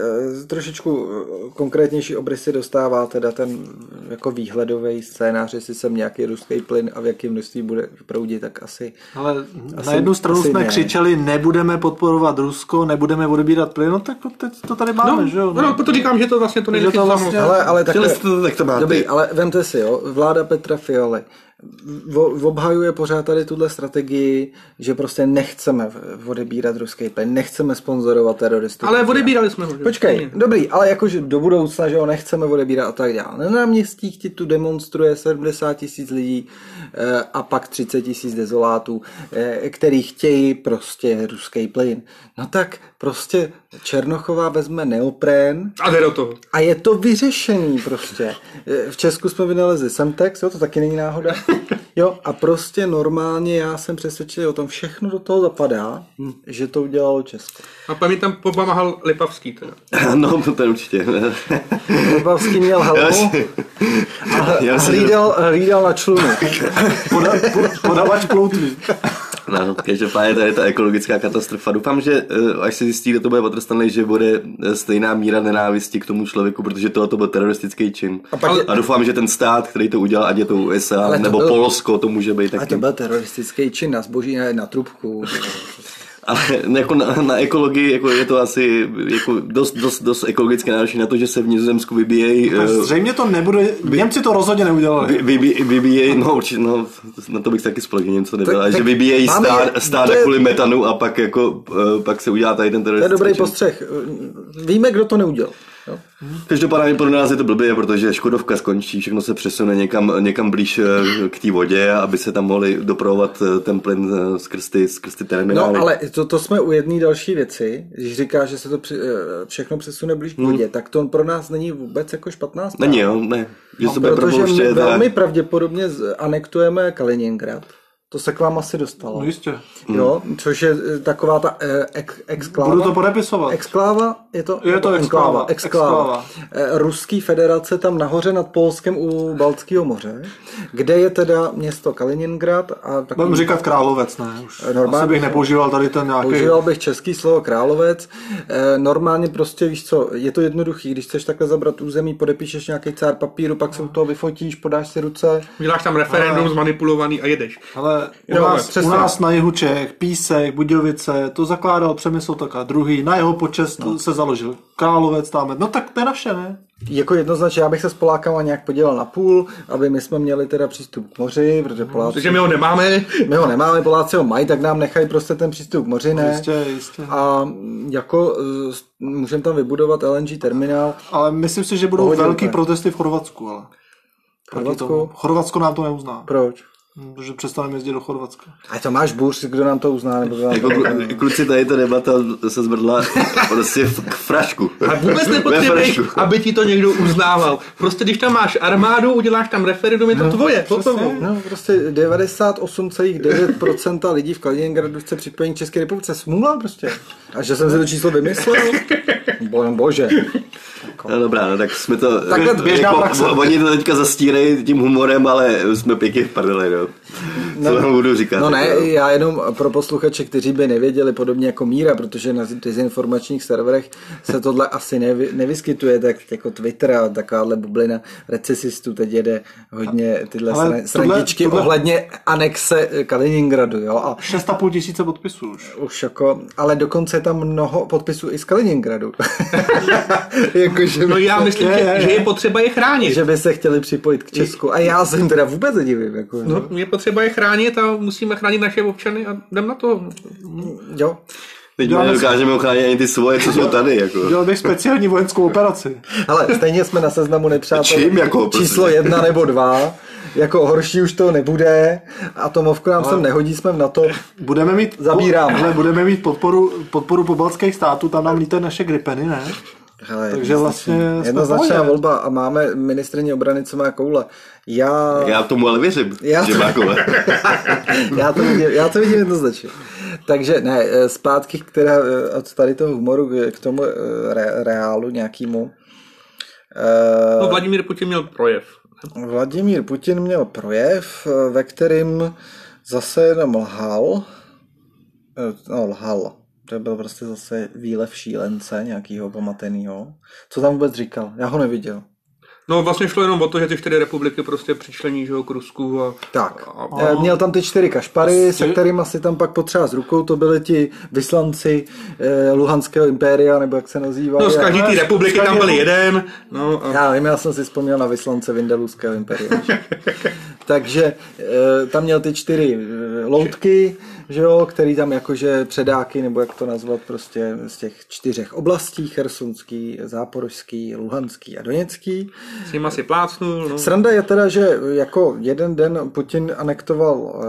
Speaker 1: trošičku eh, konkrétnější obrysy dostává teda ten eh, jako výhledový scénář, jestli sem nějaký ruský plyn a v jakém množství bude proudit, tak asi
Speaker 3: Ale
Speaker 1: Asi-
Speaker 3: na jednu stranu
Speaker 1: asi
Speaker 3: jsme
Speaker 1: ne.
Speaker 3: ne. křičeli, nebudeme podporovat Rusko, nebudeme odebírat plyn, no tak teď to tady máme,
Speaker 2: No,
Speaker 3: že jo?
Speaker 2: no, no, proto říkám, že to vlastně to nejde
Speaker 3: to
Speaker 2: chyt
Speaker 3: vlastně-
Speaker 2: samo.
Speaker 1: No, Ale, ale
Speaker 4: Chtěli
Speaker 1: takhle,
Speaker 4: jste to, tak to máte.
Speaker 1: dobrý, ale vemte si, jo, vláda Petra Fialy v- obhajuje pořád tady tuhle strategii, že prostě nechceme v- odebírat ruský plyn, nechceme sponzorovat teroristů.
Speaker 2: Ale odebírali jsme ho. že?
Speaker 1: Počkej, dobrý, ale jakože do budoucna, že ho nechceme odebírat a tak dále. Na náměstích ti tu demonstruje 70 tisíc lidí eh, a pak 30 tisíc dezolátů, eh, který chtějí prostě ruský plyn. No tak prostě Černochová vezme neoprén,
Speaker 2: A jde do toho.
Speaker 1: a je to vyřešení prostě. Eh, V Česku jsme vynalezli Semtex, jo, to taky není náhoda. Jo, a prostě normálně já jsem přesvědčený o tom, všechno do toho zapadá, hm, že to udělalo Česko.
Speaker 2: A pak mi tam pomáhal Lipavský teda.
Speaker 4: No, to ten určitě.
Speaker 1: Lipavský měl
Speaker 4: Já
Speaker 1: helmu
Speaker 4: si-
Speaker 1: a
Speaker 4: já si-
Speaker 1: hlídal, hlídal na člunu.
Speaker 3: Poda, po, podavač ploutví.
Speaker 4: No, každopádně tady je ta ekologická katastrofa. Doufám, že eh, až se zjistí, kdo to bude potrestaný, že bude eh, stejná míra nenávisti k tomu člověku, protože tohle to byl teroristický čin. A,
Speaker 1: pak-
Speaker 4: a doufám, že ten stát, který to udělal, ať je to USA
Speaker 1: Ale
Speaker 4: ale
Speaker 1: to
Speaker 4: nebo
Speaker 1: byl-
Speaker 4: byl... Polsko, to může být
Speaker 1: A to
Speaker 4: taky.
Speaker 1: byl teroristický čin na zboží, ne na trubku.
Speaker 4: Ale jako na, na ekologii jako je to asi jako dost, dost, dost ekologicky náročné na to, že se v Nizozemsku vybíjejí eh,
Speaker 3: Zřejmě to nebude, Němci to rozhodně neudělali.
Speaker 4: Vy- vybí- Vybíjejí, no určitě, no, na to bych se taky spolehně něco nebyl,
Speaker 1: Tak-
Speaker 4: ale že
Speaker 1: tak
Speaker 4: vybíjejí
Speaker 1: máme-
Speaker 4: stáda, stáda
Speaker 1: to je-
Speaker 4: kvůli metanu a pak jako, eh, pak se udělá tady ten
Speaker 1: To je
Speaker 4: teroristický
Speaker 1: dobrý
Speaker 4: čin.
Speaker 1: postřeh. Víme, kdo to neudělal. No, Jo?
Speaker 4: Každopádně pro nás je to blbě, protože Škodovka skončí, všechno se přesune někam, někam blíž eh, k té vodě, aby se tam mohli doprovovat eh, ten plyn eh, skrz ty, skrz ty terminály.
Speaker 1: No, ale to, to jsme u jedné další věci. Když říká, že se to při, eh, všechno přesune blíž k vodě, tak to pro nás není vůbec jako špatná zpráva.
Speaker 4: Hmm. Není, jo, ne. Že se bude
Speaker 1: No, Protože my
Speaker 4: propouštět,
Speaker 1: velmi
Speaker 4: ale...
Speaker 1: pravděpodobně z- anektujeme Kaliningrad. To se k vám asi dostalo.
Speaker 3: No jistě.
Speaker 4: Hmm.
Speaker 1: Jo, což je eh, taková ta eh, ex, exkláva.
Speaker 3: Budu to podepisovat.
Speaker 1: Exkláva? Je to,
Speaker 3: Je to
Speaker 1: enkláva,
Speaker 3: exkláva,
Speaker 1: exkláva.
Speaker 3: exkláva.
Speaker 1: Eh, Ruský federace tam nahoře nad Polskem u Baltského moře, kde je teda město Kaliningrad a
Speaker 3: Budeme
Speaker 1: takový
Speaker 3: říkat královec, ne? Už.
Speaker 1: Normálně.
Speaker 3: Normálně. Asi bych nepoužíval tady ten nějaký...
Speaker 1: Používal bych český slovo královec. Eh, Normálně prostě, víš co, je to jednoduchý, když chceš takhle zabrat území, podepíšeš nějaký cár papíru, pak se u toho vyfotíš, podáš si ruce.
Speaker 2: Uděláš tam referendum zmanipulovaný a jedeš.
Speaker 3: Ale u,
Speaker 2: Jo,
Speaker 3: nás,
Speaker 2: přesně.
Speaker 3: u nás na jihu Čech, Písek, Budějovice, to zakládal Přemysl Taka druhý, na jeho počest no. se založil Královec tam. No tak to je naše, ne?
Speaker 1: Jako jednoznačně, já bych se s Polákama nějak podělal na půl, aby my jsme měli teda přístup k moři, protože Poláci,
Speaker 2: Protože No, my ho nemáme,
Speaker 1: my ho nemáme, Poláci ho mají, tak nám nechají prostě ten přístup k moři, ne?
Speaker 2: Prostě.
Speaker 3: Jistě, jistě.
Speaker 1: A mm, jako eh, s- můžeme tam vybudovat LNG terminál,
Speaker 3: Ale myslím si, že budou
Speaker 1: Pohodě,
Speaker 3: velký
Speaker 1: tak.
Speaker 3: protesty v Chorvatsku, ale. Proti
Speaker 1: Chorvatsku?
Speaker 3: tomu. Chorvatsko nám to neuzná,
Speaker 1: proč?
Speaker 3: protože přestaneme jezdit do Chorvatska.
Speaker 1: A to máš buř, kdo nám to uzná, nebo kdo nám to
Speaker 4: Jako, klu- kluci, tady ta debata se zbrdla prostě v- k frašku.
Speaker 2: A vůbec
Speaker 4: Ve
Speaker 2: nepotřebuješ,
Speaker 4: frašku.
Speaker 2: aby ti to někdo uznával. Prostě když tam máš armádu, uděláš tam referendum, je to tvoje. Hotovo.
Speaker 1: No, prostě 98,9% lidí v Kaliningradu chce připojení k České republice. Smůla prostě. A že jsem si to číslo vymyslel? Bo, bože.
Speaker 4: No dobrá, no tak jsme to...
Speaker 1: Takhle
Speaker 3: běžná praxe.
Speaker 4: o- Oni to teďka zastírají tím humorem, ale jsme pěkně v prdeli, no. Co vám budu říkat?
Speaker 1: No ne,
Speaker 4: jako, jo.
Speaker 1: já jenom pro posluchače, kteří by nevěděli, podobně jako Míra, protože na dezinformačních serverech se tohle asi nevy, nevyskytuje, tak jako Twitter a takováhle bublina recesistů teď jede hodně tyhle
Speaker 3: Ale
Speaker 1: sra-
Speaker 3: tohle-
Speaker 1: srandičky
Speaker 3: tohle-
Speaker 1: ohledně anexe eh, Kaliningradu, jo, a
Speaker 3: 6,5 tisíce podpisů už.
Speaker 1: Už jako, ale dokonce je tam mnoho podpisů i z Kaliningradu. Jakože
Speaker 2: No
Speaker 1: by
Speaker 2: já
Speaker 1: se-
Speaker 2: myslím,
Speaker 3: je,
Speaker 2: že,
Speaker 3: je, je.
Speaker 2: že je potřeba je chránit.
Speaker 1: že by se chtěli připojit k Česku. A já se jim teda vůbec nedivím. Jako, no.
Speaker 2: No, je potřeba je chránit a musíme chránit naše občany a jdem na to.
Speaker 1: Jo.
Speaker 4: Teď
Speaker 3: Děláme-
Speaker 4: nedokážeme ochránit ani ty svoje, co jsou tady, jako.
Speaker 3: Udělal bych speciální vojenskou operaci.
Speaker 1: Ale stejně jsme na seznamu nepřátel.
Speaker 4: Čím jako, prostě?
Speaker 1: Číslo jedna nebo dva. Jako horší už to nebude. Atomovku nám sem nehodí, jsme na to.
Speaker 3: Budeme mít,
Speaker 1: Zabírám.
Speaker 3: Ale budeme mít podporu, podporu pobaltských států, tam nám lítají naše gripeny, ne?
Speaker 1: Hele,
Speaker 3: Takže vlastně
Speaker 1: jednoznačně-
Speaker 3: jsme
Speaker 1: jednoznačná
Speaker 3: pohodě.
Speaker 1: volba a máme ministrině obrany, co má koule. Já...
Speaker 4: Já tomu ale věřím,
Speaker 1: Já-
Speaker 4: že má kole.
Speaker 1: já, to vidím, já to vidím jednoznačně. Takže ne, eh, zpátky k teda, eh, od tady toho humoru k- k tomu eh, re, reálu nějakýmu. Eh,
Speaker 2: No, Vladimír Putin měl projev.
Speaker 1: Vladimír Putin měl projev, eh, ve kterým zase jenom lhal. Eh, No, lhal. To byl prostě zase výlev šílence nějakýho pamatenýho. Co tam vůbec říkal? Já ho neviděl.
Speaker 2: No vlastně šlo jenom o to, že ty čtyři republiky prostě přičlení že jo, k Rusku a...
Speaker 1: Tak.
Speaker 2: A, Prostě-
Speaker 1: Eh, Měl tam ty čtyři kašpary, se kterými si tam pak potřeba s rukou, to byli ti vyslanci eh, Luhanského impéria, nebo jak se nazývá.
Speaker 2: no z každý
Speaker 1: já,
Speaker 2: té republiky tam byl jeden, no a...
Speaker 1: já, vím, já jsem si vzpomněl na vyslance Vindeluského impéria. Takže eh, tam měl ty čtyři eh, loutky, že jo, který tam jakože předáky, nebo jak to nazvat, prostě z těch čtyřech oblastí, chersonský, záporožský, luhanský a doněcký.
Speaker 2: S nima si plácnul, no.
Speaker 1: Sranda je teda, že jako jeden den Putin anektoval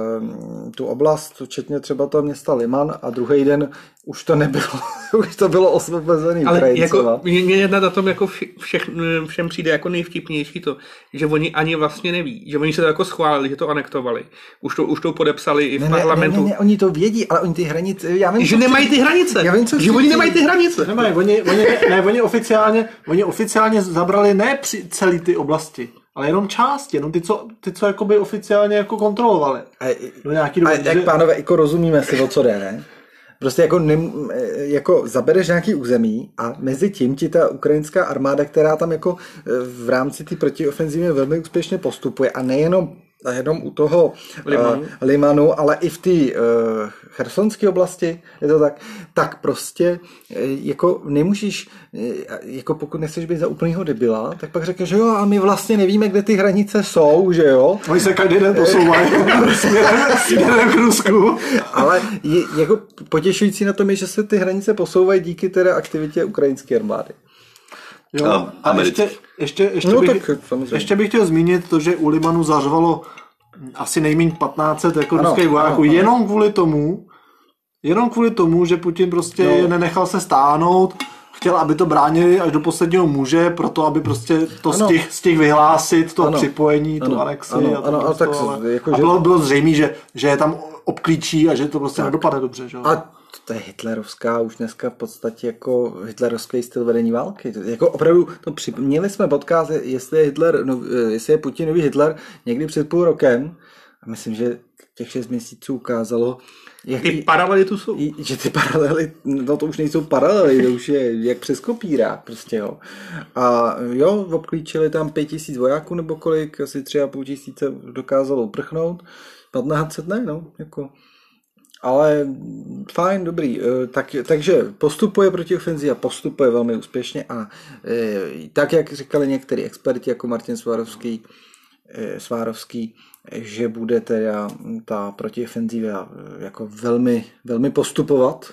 Speaker 1: eh, tu oblast, včetně třeba toho města Liman, a druhý den už to nebylo, už to bylo osvobozený
Speaker 2: Ale
Speaker 1: Ukrajincova.
Speaker 2: jako, mě, mě na na tom jako vše, všech, všem přijde jako nejvtipnější to, že oni ani vlastně neví, že oni se to jako schválili, že to anektovali. Už to, už to podepsali i v
Speaker 1: Ne, ne,
Speaker 2: parlamentu.
Speaker 1: Ne, ne, ne, oni to vědí, ale oni ty hranice, já vím,
Speaker 2: Že
Speaker 1: co-
Speaker 2: nemají ty hranice.
Speaker 1: Já vím, co
Speaker 2: že
Speaker 1: chci
Speaker 2: oni
Speaker 1: říct.
Speaker 2: nemají ty hranice.
Speaker 3: Nemají, oni, oni, ne, oni, oficiálně, oni oficiálně zabrali ne při celý ty oblasti, ale jenom část, jenom ty, co, ty, co jakoby oficiálně jako kontrolovali.
Speaker 1: A-
Speaker 3: Do No nějaký doby,
Speaker 1: A jak pánové, jako rozumíme si, o co jde, ne? Prostě jako, nem, eh, jako zabereš nějaký území a mezi tím ti ta ukrajinská armáda, která tam jako eh, v rámci té protiofenzívy velmi úspěšně postupuje a nejenom a jenom u toho Limanu, Limanu ale i v té uh, chersonské oblasti, je to tak, tak prostě eh, jako nemůžeš, eh, a- jako pokud nechceš být za úplného debila, tak pak řekneš, že jo, a my vlastně nevíme, kde ty hranice jsou, že jo,
Speaker 3: Oni se každý den posouvají směrem, směrem k Rusku.
Speaker 1: Ale je, jako potěšující na tom je, že se ty hranice posouvají díky teda aktivitě ukrajinské armády.
Speaker 3: Jo,
Speaker 4: A
Speaker 3: a
Speaker 4: americký.
Speaker 3: ještě, ještě, ještě,
Speaker 1: No
Speaker 3: bych,
Speaker 1: tak samozřejmě.
Speaker 3: ještě bych chtěl zmínit to, že u Libanu zařvalo asi nejméně 1500 jako
Speaker 1: Ano,
Speaker 3: ruských vojáků,
Speaker 1: ano, ano.
Speaker 3: jenom kvůli tomu, jenom kvůli tomu, že Putin prostě
Speaker 1: No.
Speaker 3: no. nenechal se stáhnout, chtěl, aby to bránili až do posledního muže, proto aby prostě to
Speaker 1: Ano.
Speaker 3: stih, stih vyhlásit, to
Speaker 1: Ano.
Speaker 3: ano. připojení,
Speaker 1: Ano,
Speaker 3: tu anexi.
Speaker 1: ano,
Speaker 3: a, to
Speaker 1: ano, ale
Speaker 3: prostě,
Speaker 1: tak se- jako,
Speaker 3: a
Speaker 1: že-
Speaker 3: bylo, bylo zřejmé, že, že je tam obklíčí a že to prostě nedopadne dobře. Že? jo?
Speaker 1: A to je hitlerovská, už dneska v podstatě jako hitlerovský styl vedení války. To- Jako opravdu, to při... měli jsme podcast, jestli je, Hitler, no, eh, jestli je Putin nový Hitler, někdy před půl rokem. A myslím, že těch šest měsíců ukázalo,
Speaker 2: Ty
Speaker 1: jaký,
Speaker 2: paralely tu jsou.
Speaker 1: I- že ty paralely, no to už nejsou paralely, to už je jak přes kopírák prostě, jo. A jo, obklíčili tam pět tisíc vojáků nebo kolik, asi tři a půl tisíce dokázalo uprchnout, 1500 ne, no, jako. Ale fajn, dobrý. Eh, Tak, takže postupuje proti ofenzi a postupuje velmi úspěšně a eh, tak, jak říkali někteří experti, jako Martin Svarovský, eh, Svárovský, že bude teda ta protiofenziva eh, jako velmi, velmi postupovat.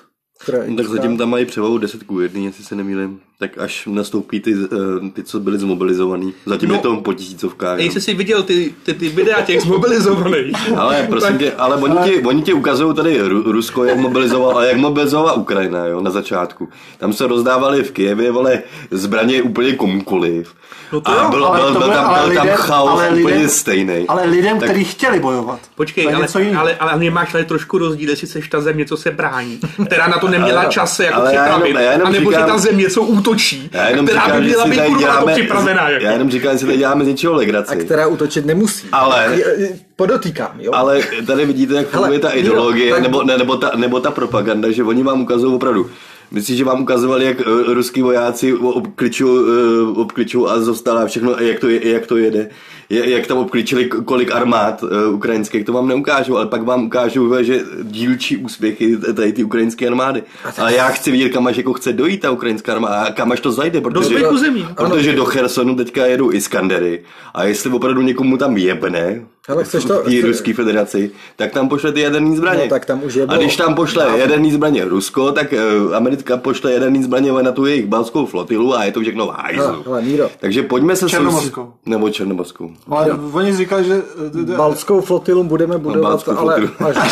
Speaker 4: No, tak zatím tam mají převahu 10 k 1, jestli se nemýlím. Tak až nastoupí ty, eh, ty co byli zmobilizovaný. Zatím
Speaker 2: No.
Speaker 4: je to po tisícovkách.
Speaker 2: A
Speaker 4: no.
Speaker 2: jestli jsi viděl ty, ty, ty videa těch zmobilizovaných.
Speaker 4: Ale prosím tě, ale oni ti, oni ti ukazují tady Ru- Rusko, jak mobilizoval, ale jak mobilizovala Ukrajina, jo, na začátku. Tam se rozdávali v Kijevě, vole, zbraně úplně komukoliv. No
Speaker 2: to
Speaker 4: a
Speaker 2: jo,
Speaker 4: bylo,
Speaker 3: ale
Speaker 4: byl,
Speaker 3: to
Speaker 4: byl,
Speaker 3: bylo-
Speaker 4: tam,
Speaker 3: ale
Speaker 4: byl tam
Speaker 3: lidem-
Speaker 4: chaos
Speaker 3: ale
Speaker 4: úplně
Speaker 3: lidem-
Speaker 4: stejný.
Speaker 3: Ale lidem,
Speaker 4: Tak-
Speaker 3: tak... kteří chtěli bojovat.
Speaker 2: Počkej,
Speaker 3: To je
Speaker 2: ale,
Speaker 3: něco jiného.
Speaker 2: ale, ale, ale máš tady trošku rozdíl, jestli seš ta země, co se brání, která na to neměla
Speaker 4: Ale-
Speaker 2: čas se jako
Speaker 4: ale já jenom-
Speaker 2: připravit,
Speaker 4: já jenom
Speaker 2: anebo že
Speaker 4: říkám-
Speaker 2: ta země, co útočí,
Speaker 4: já jenom
Speaker 2: která
Speaker 4: říkám,
Speaker 2: by
Speaker 4: že
Speaker 2: měla
Speaker 4: si
Speaker 2: být
Speaker 4: tady
Speaker 2: kurva na to
Speaker 4: děláme,
Speaker 2: připravená.
Speaker 4: já
Speaker 2: Jako.
Speaker 4: jenom říkám, že tady děláme z něčeho
Speaker 1: A
Speaker 4: legraci.
Speaker 1: která útočit nemusí.
Speaker 4: Ale-
Speaker 1: Je- je- Podotýkám, jo.
Speaker 4: Ale tady vidíte, jak funguje ta
Speaker 1: Hele,
Speaker 4: ideologie,
Speaker 1: Miro, tak-
Speaker 4: nebo, ne, nebo, ta, nebo ta propaganda, že oni vám ukazují opravdu. Myslím, že vám ukazovali, jak uh, ruský vojáci obkličují uh, obkliču a zostala všechno, a jak to, je, jak to jede, je, jak tam obkličili k- kolik armád uh, ukrajinských, to vám neukážou, ale pak vám ukážou, vole, že dílčí úspěchy tady ty ukrajinské armády. Ale já chci vidět, kam až jako chce dojít ta ukrajinská armáda a kam až to zajde, protože,
Speaker 2: zbytku zemí.
Speaker 4: protože do Chersonu teďka jedou Iskandery a jestli opravdu někomu tam jebne,
Speaker 1: Hele, chceš to-
Speaker 4: v té
Speaker 1: chce-
Speaker 4: Ruské federaci, tak tam pošle ty jaderní zbraně.
Speaker 1: No, tak tam už je
Speaker 4: A
Speaker 1: bylo.
Speaker 4: když tam pošle jaderní zbraně Rusko, tak eh, Amerika pošle jaderní zbraně na tu jejich balskou flotilu a je to všechno v
Speaker 1: Hele,
Speaker 4: hajzlu.
Speaker 1: hele, Míro,
Speaker 4: Takže pojďme se...
Speaker 3: Černomorskou.
Speaker 4: soustředit- Nebo Černomorskou.
Speaker 3: Ale
Speaker 2: No.
Speaker 3: oni říkali, že...
Speaker 1: Balskou flotilu budeme budovat,
Speaker 4: Baltskou
Speaker 1: ale
Speaker 4: flotilu.
Speaker 1: až,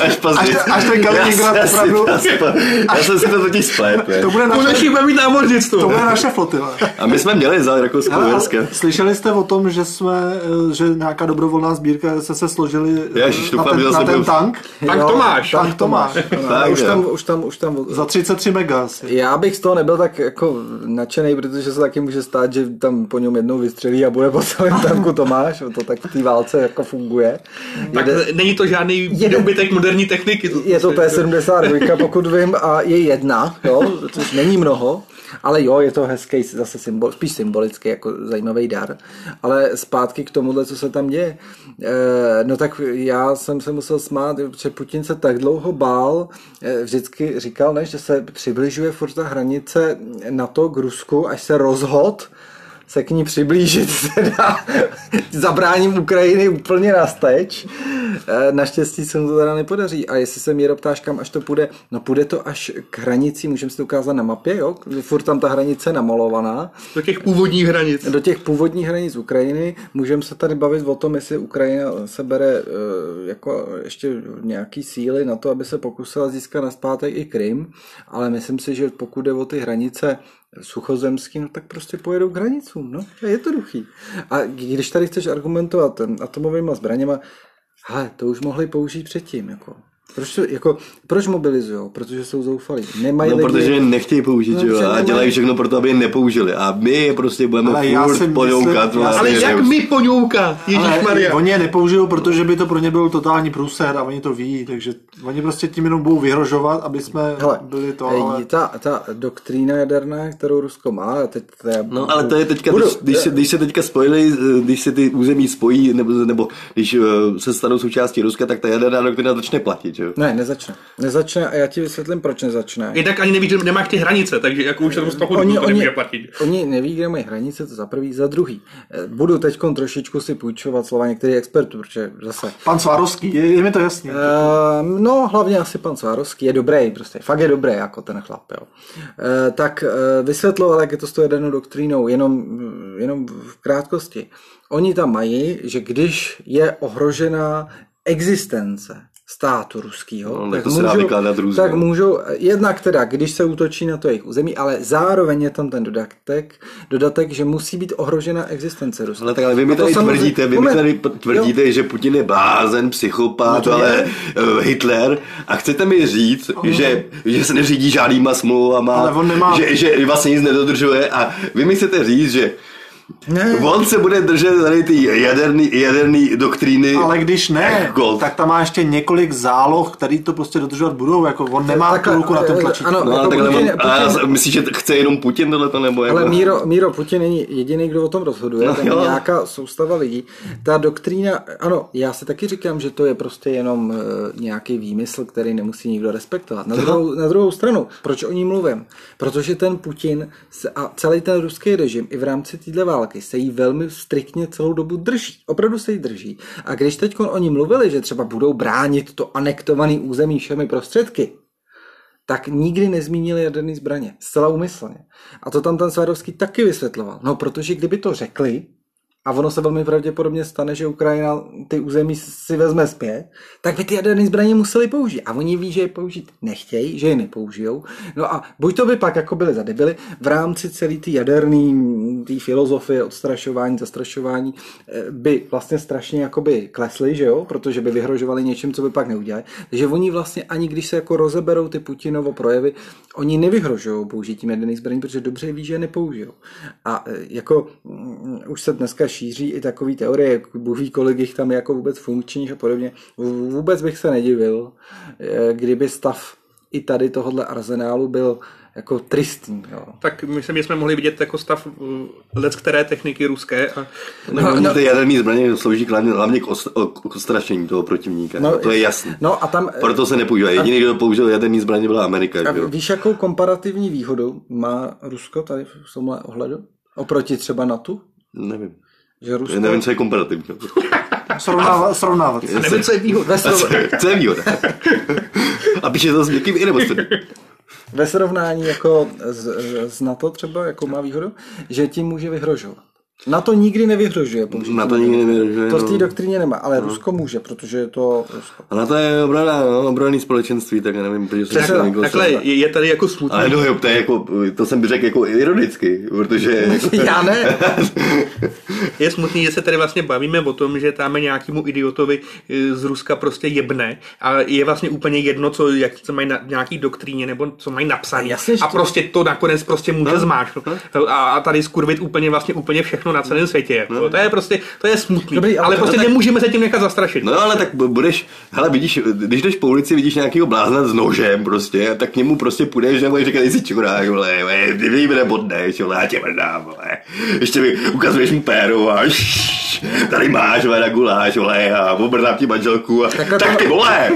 Speaker 4: Až později.
Speaker 3: Až ten- až ten Kaliningrad
Speaker 4: já, si-
Speaker 3: opravdu-
Speaker 4: já, si- já jsem si to totiž splet. ne?
Speaker 3: To bude naše,
Speaker 2: Konečně budeme mít námořnictvo.
Speaker 3: to bude naše flotila.
Speaker 4: A my jsme měli za Rakousko
Speaker 3: Hele, ale
Speaker 4: Uherské.
Speaker 3: Slyšeli jste o tom, že jsme, eh, že nějaká dobrovolná volná sbírka, se se složili eh,
Speaker 4: Ježiš,
Speaker 3: na
Speaker 4: doufám, že
Speaker 3: ten,
Speaker 4: zase
Speaker 3: na ten
Speaker 4: budu-
Speaker 3: tank.
Speaker 2: Tak
Speaker 1: Jo,
Speaker 2: to máš.
Speaker 3: Tak to máš.
Speaker 1: Ale
Speaker 4: Tak,
Speaker 1: už
Speaker 4: jo.
Speaker 1: tam, už tam, už tam
Speaker 3: Za 33 mega asi.
Speaker 1: vlastně. Já bych z toho nebyl tak jako nadšený, protože se taky může stát, že tam po něm jednou vystřelí a bude po celém tanku Tomáš, to tak v té válce jako funguje.
Speaker 2: Tak
Speaker 1: Jede-
Speaker 2: není to žádný
Speaker 1: Jeden-
Speaker 2: dobytek moderní techniky. To,
Speaker 1: je to P72, pokud vím, a je jedna, jo, což není mnoho, ale jo, je to hezký, zase symbol, spíš symbolický, jako zajímavý dar. Ale zpátky k tomuhle, co se tam děje. E, no tak já jsem se musel smát, protože Putin se tak dlouho bál, e, vždycky říkal, ne, že se přibližuje furt ta hranice NATO k Rusku, až se rozhod, se k ní přiblížit teda zabráním Ukrajiny úplně na steč. Eh, Naštěstí se mu to teda nepodaří. A jestli se mě ptáš, kam až to půjde, no půjde to až k hranici, můžeme si to ukázat na mapě, jo? Furt tam ta hranice namalovaná.
Speaker 2: do těch původních hranic.
Speaker 1: Do těch původních hranic Ukrajiny můžeme se tady bavit o tom, jestli Ukrajina se bere eh, jako ještě nějaký síly na to, aby se pokusila získat naspátek i Krym, ale myslím si, že pokud jde o ty hranice suchozemský, no tak prostě pojedou k hranicům, no, je jednoduchý. A když tady chceš argumentovat eh, atomovými zbraněma, hele, to už mohli použít předtím, jako. Proč, to- jako, proč mobilizujou? Protože jsou zoufalí. Nemají
Speaker 4: No,
Speaker 1: lidi...
Speaker 4: protože je nechtějí použít,
Speaker 1: No,
Speaker 4: že jo,
Speaker 1: protože
Speaker 4: a
Speaker 1: nemají-
Speaker 4: dělají všechno pro to, aby je nepoužili. A my je prostě budeme
Speaker 3: Ale já si
Speaker 4: furt
Speaker 3: myslím-
Speaker 4: ponoukat.
Speaker 3: já si-
Speaker 2: Ale
Speaker 4: vlastně,
Speaker 2: jak
Speaker 4: že-
Speaker 2: mi poňouka, Ježíš
Speaker 3: Ale
Speaker 2: Maria.
Speaker 3: oni je nepoužijou, protože by to pro ně byl totální průser a oni to ví, takže oni prostě tím jenom budou vyhrožovat, aby jsme
Speaker 1: Hele,
Speaker 3: byli to,
Speaker 1: eh,
Speaker 3: ale...
Speaker 1: ta, ta doktrína jaderná, kterou Rusko má, a teď to je,
Speaker 4: No, ale to je teďka,
Speaker 1: Budu-
Speaker 4: když, když, se, když se teďka spojili, eh, když se ty území spojí, nebo, nebo když eh, se stanou součástí Ruska, tak ta jaderná doktrina začne platit, že jo?
Speaker 1: Ne, nezačne. Nezačne a já ti vysvětlím, proč nezačne.
Speaker 2: Jednak ani nevíš, že nemáš ty hranice, takže jako už tam z toho
Speaker 1: Oni,
Speaker 2: oni, to
Speaker 1: oni,
Speaker 2: nemůže platit.
Speaker 1: oni neví, kde mají hranice, to za prvý, za druhý. Eh, Budu teď trošičku si půjčovat slova některých expertů, protože zase
Speaker 3: Pan Svarovský, je, je mi to jasný.
Speaker 2: Eh,
Speaker 1: Ehm, no, hlavně asi pan Svárovský je dobrý, prostě, fakt je dobrý jako ten chlap, jo. Eh, tak eh, vysvětloval, jak je to s tou jadernou doktrínou, jenom, mm, jenom v krátkosti. Oni tam mají, že když je ohrožená existence státu ruského,
Speaker 4: No,
Speaker 1: tak,
Speaker 4: to se dá
Speaker 1: můžou,
Speaker 4: vykládat různě. no.
Speaker 1: tak můžou, eh, jednak teda, když se útočí na to jejich území, ale zároveň je tam ten dodatek, dodatek že musí být ohrožena existence Ruska.
Speaker 4: Ale tak ale vy
Speaker 1: A
Speaker 4: mi
Speaker 1: No to
Speaker 4: tady
Speaker 1: samozřejmě-
Speaker 4: tvrdíte, vy mi
Speaker 1: Moment.
Speaker 4: tady p-
Speaker 1: Jo.
Speaker 4: tvrdíte, že Putin je blázen,
Speaker 1: No
Speaker 4: psychopat,
Speaker 1: to je.
Speaker 4: ale eh, Hitler a chcete mi říct, že, že se neřídí žádnýma smlouvama,
Speaker 3: Ale on nemá-
Speaker 4: že, že vlastně nic nedodržuje a vy mi chcete říct, že
Speaker 1: Ne.
Speaker 4: on se bude držet tady ty jaderný, jaderný doktríny.
Speaker 3: Ale když
Speaker 1: eh,
Speaker 3: ne,
Speaker 4: Gold.
Speaker 3: tak tam má ještě několik záloh, který to prostě dodržovat budou, jako on nemá
Speaker 1: Takhle,
Speaker 3: tu ruku na tom
Speaker 1: eh,
Speaker 3: tlačítku.
Speaker 1: ano.
Speaker 4: No,
Speaker 1: Jako
Speaker 4: ale takhle
Speaker 1: Putin-
Speaker 4: on, a
Speaker 1: Putin-
Speaker 4: myslíš, že t- chce jenom Putin tohleto, nebo jako...
Speaker 1: Ale Míro, Míro Putin není jediný, kdo o tom rozhoduje, no,
Speaker 4: No
Speaker 1: tam je
Speaker 4: jo.
Speaker 1: nějaká soustava lidí. Ta doktrína, ano, já si taky říkám, že to je prostě jenom uh, nějaký výmysl, který nemusí nikdo respektovat. Na druhou, na druhou stranu, proč o ní mluvím? Protože ten Putin se, a celý ten ruský režim i v rámci téhle války se jí velmi striktně celou dobu drží. Opravdu se jí drží. A když teď oni mluvili, že třeba budou bránit to anektované území všemi prostředky, tak nikdy nezmínili jaderné zbraně. Zcela úmyslně. A to tam ten Svárovský taky vysvětloval. No, protože kdyby to řekli, a ono se velmi pravděpodobně stane, že Ukrajina ty území si vezme zpět, tak by ty jaderné zbraně museli použít. A oni ví, že je použít nechtějí, že je nepoužijou. No a buď to by pak jako byli zadebili v rámci celé té jaderné té filozofie odstrašování, zastrašování, eh, by vlastně strašně jakoby klesli, že jo, protože by vyhrožovali něčím, co by pak neudělali. Takže oni vlastně ani když se jako rozeberou ty Putinovo projevy, oni nevyhrožují použitím jaderných zbraní, protože dobře ví, že je nepoužijou. A eh, jako mm, už se dneska šíří i takové teorie, jak Bůh ví, kolik jich tam je jako vůbec funkčních a podobně. V- Vůbec bych se nedivil, eh, kdyby stav i tady tohohle arzenálu byl jako tristní. Jo.
Speaker 2: Tak my jsme, my jsme mohli vidět jako stav lec které techniky ruské a
Speaker 4: No, no, ty jaderné zbraně slouží k- hlavně, hlavně k, os, k odstrašení toho protivníka.
Speaker 1: No,
Speaker 4: No, to je jasné.
Speaker 1: No a tam... eh,
Speaker 4: Proto se nepoužívá. Jediný, kdo použil jaderné zbraně, byla Amerika.
Speaker 1: A
Speaker 4: že jo?
Speaker 1: víš, jakou komparativní výhodu má Rusko tady v tomhle ohledu? Oproti třeba NATO?
Speaker 4: Nevím.
Speaker 1: Že Rusko...
Speaker 4: Já nevím, co je komparativní.
Speaker 3: Srovnávat, srovnávat.
Speaker 2: a nevím, co je výhoda.
Speaker 1: Ve, srov...
Speaker 4: Co je výhoda? A píše to s někým i nebo s tebou?
Speaker 1: ve srovnání jako s, s NATO třeba, jakou má výhodu, že tím může vyhrožovat. Na to nikdy nevyhrožuje použití.
Speaker 4: Na to nikdy nevěřuje.
Speaker 1: To v té
Speaker 4: no.
Speaker 1: doktrině nemá, ale Rusko může, protože je to Rusko.
Speaker 4: A na to je obrana, no, obranný společenství, tak já nevím, proč jsem
Speaker 1: Přesně,
Speaker 4: to nekousal.
Speaker 2: Takhle, je, je tady jako smutný.
Speaker 4: Ale no jo, to, je jako, to jsem řekl jako ironicky, protože... Jako,
Speaker 1: Já ne.
Speaker 2: Je smutný, že se tady vlastně bavíme o tom, že tam nějakému idiotovi eh, z Ruska prostě jebne a je vlastně úplně jedno, co, jak se mají na nějaký doktríně nebo co mají napsané.
Speaker 1: Jasně, že
Speaker 2: A
Speaker 1: to-
Speaker 2: prostě to nakonec prostě může no. zmáčknout. A, a tady skurvit úplně vlastně úplně všechno na celém světě. Jako. To je prostě, to je smutný.
Speaker 1: Dobrý,
Speaker 2: Dobrý,
Speaker 1: ale
Speaker 2: ale, ale
Speaker 1: to-
Speaker 2: prostě nemůžeme se tím nechat zastrašit.
Speaker 4: No ale tak bu- budeš, hele vidíš, když jdeš po ulici, vidíš nějakýho blázna s nožem prostě, tak k němu prostě půjdeš a budeš říkat, jsi čurák, vole, vole, ty mi nebodneš, vole, já tě mrdám, vole. Ještě mi ukazuješ mu péru a šš, tady máš, vole, na guláš, vole, a obrdám ti manželku a
Speaker 1: Takhle
Speaker 4: tak
Speaker 1: to- No.
Speaker 4: ty vole,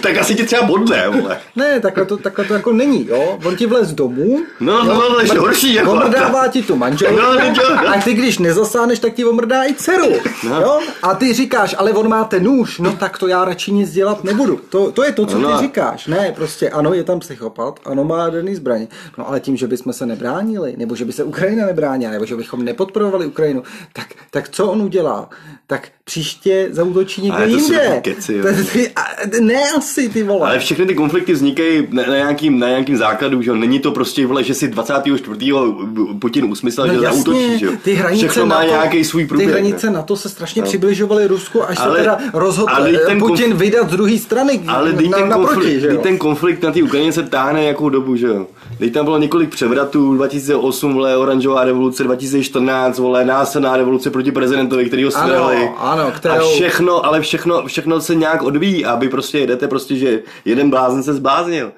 Speaker 4: tak asi tě třeba bodne, vole.
Speaker 1: Ne, takhle to, takhle to jako není, jo. On ti vlez domů,
Speaker 4: No, no, no, ještě horší, jako.
Speaker 1: omrdává ti tu manželku
Speaker 4: No, no, no, no.
Speaker 1: a ty když nezasáhneš, tak ti omrdá i dceru, jo. A ty říkáš, ale on má ten nůž, no tak to já radši nic dělat nebudu. To, to je to, co
Speaker 4: No.
Speaker 1: ty říkáš. Ne, prostě ano, je tam psychopat, ano, má jaderný zbraně. No ale tím, že bychom se nebránili, nebo že by se Ukrajina nebránila, nebo že bychom nepodporovali Ukrajinu, tak, tak co on udělá? Tak příště zautočí někde
Speaker 4: Ale to jsou
Speaker 1: jinde.
Speaker 4: taky keci, jo.
Speaker 1: To- ty- a- Ne asi, ty vole.
Speaker 4: Ale všechny ty konflikty vznikají na, na, nějakým, na nějakým základu, že jo? Není to prostě, vole, že si 24. Putin usmyslel, že zautočí, že jo?
Speaker 1: No ty hranice
Speaker 4: Všechno má
Speaker 1: na to,
Speaker 4: nějaký svůj průběh.
Speaker 1: Ty
Speaker 4: ne?
Speaker 1: hranice na to se strašně no. přibližovaly Rusku, až ale,
Speaker 4: Ale-
Speaker 1: se teda rozhodl
Speaker 4: ale
Speaker 1: eh,
Speaker 4: ten konf-
Speaker 1: Putin vydat z druhé strany
Speaker 4: Ale
Speaker 1: na,
Speaker 4: teď ten,
Speaker 1: naproti,
Speaker 4: konflikt,
Speaker 1: že jo?
Speaker 4: teď ten konflikt na té Ukrajině se táhne jakou dobu, že jo? Teď tam bylo několik převratů, 2008, vole, oranžová revoluce, 2014, vole, násilná revoluce proti prezidentovi, který ho
Speaker 1: Ano,
Speaker 4: svrhli.
Speaker 1: ano, kterou-
Speaker 4: A všechno, ale všechno, všechno se nějak odvíjí a vy prostě jedete prostě, že jeden blázen se zbláznil.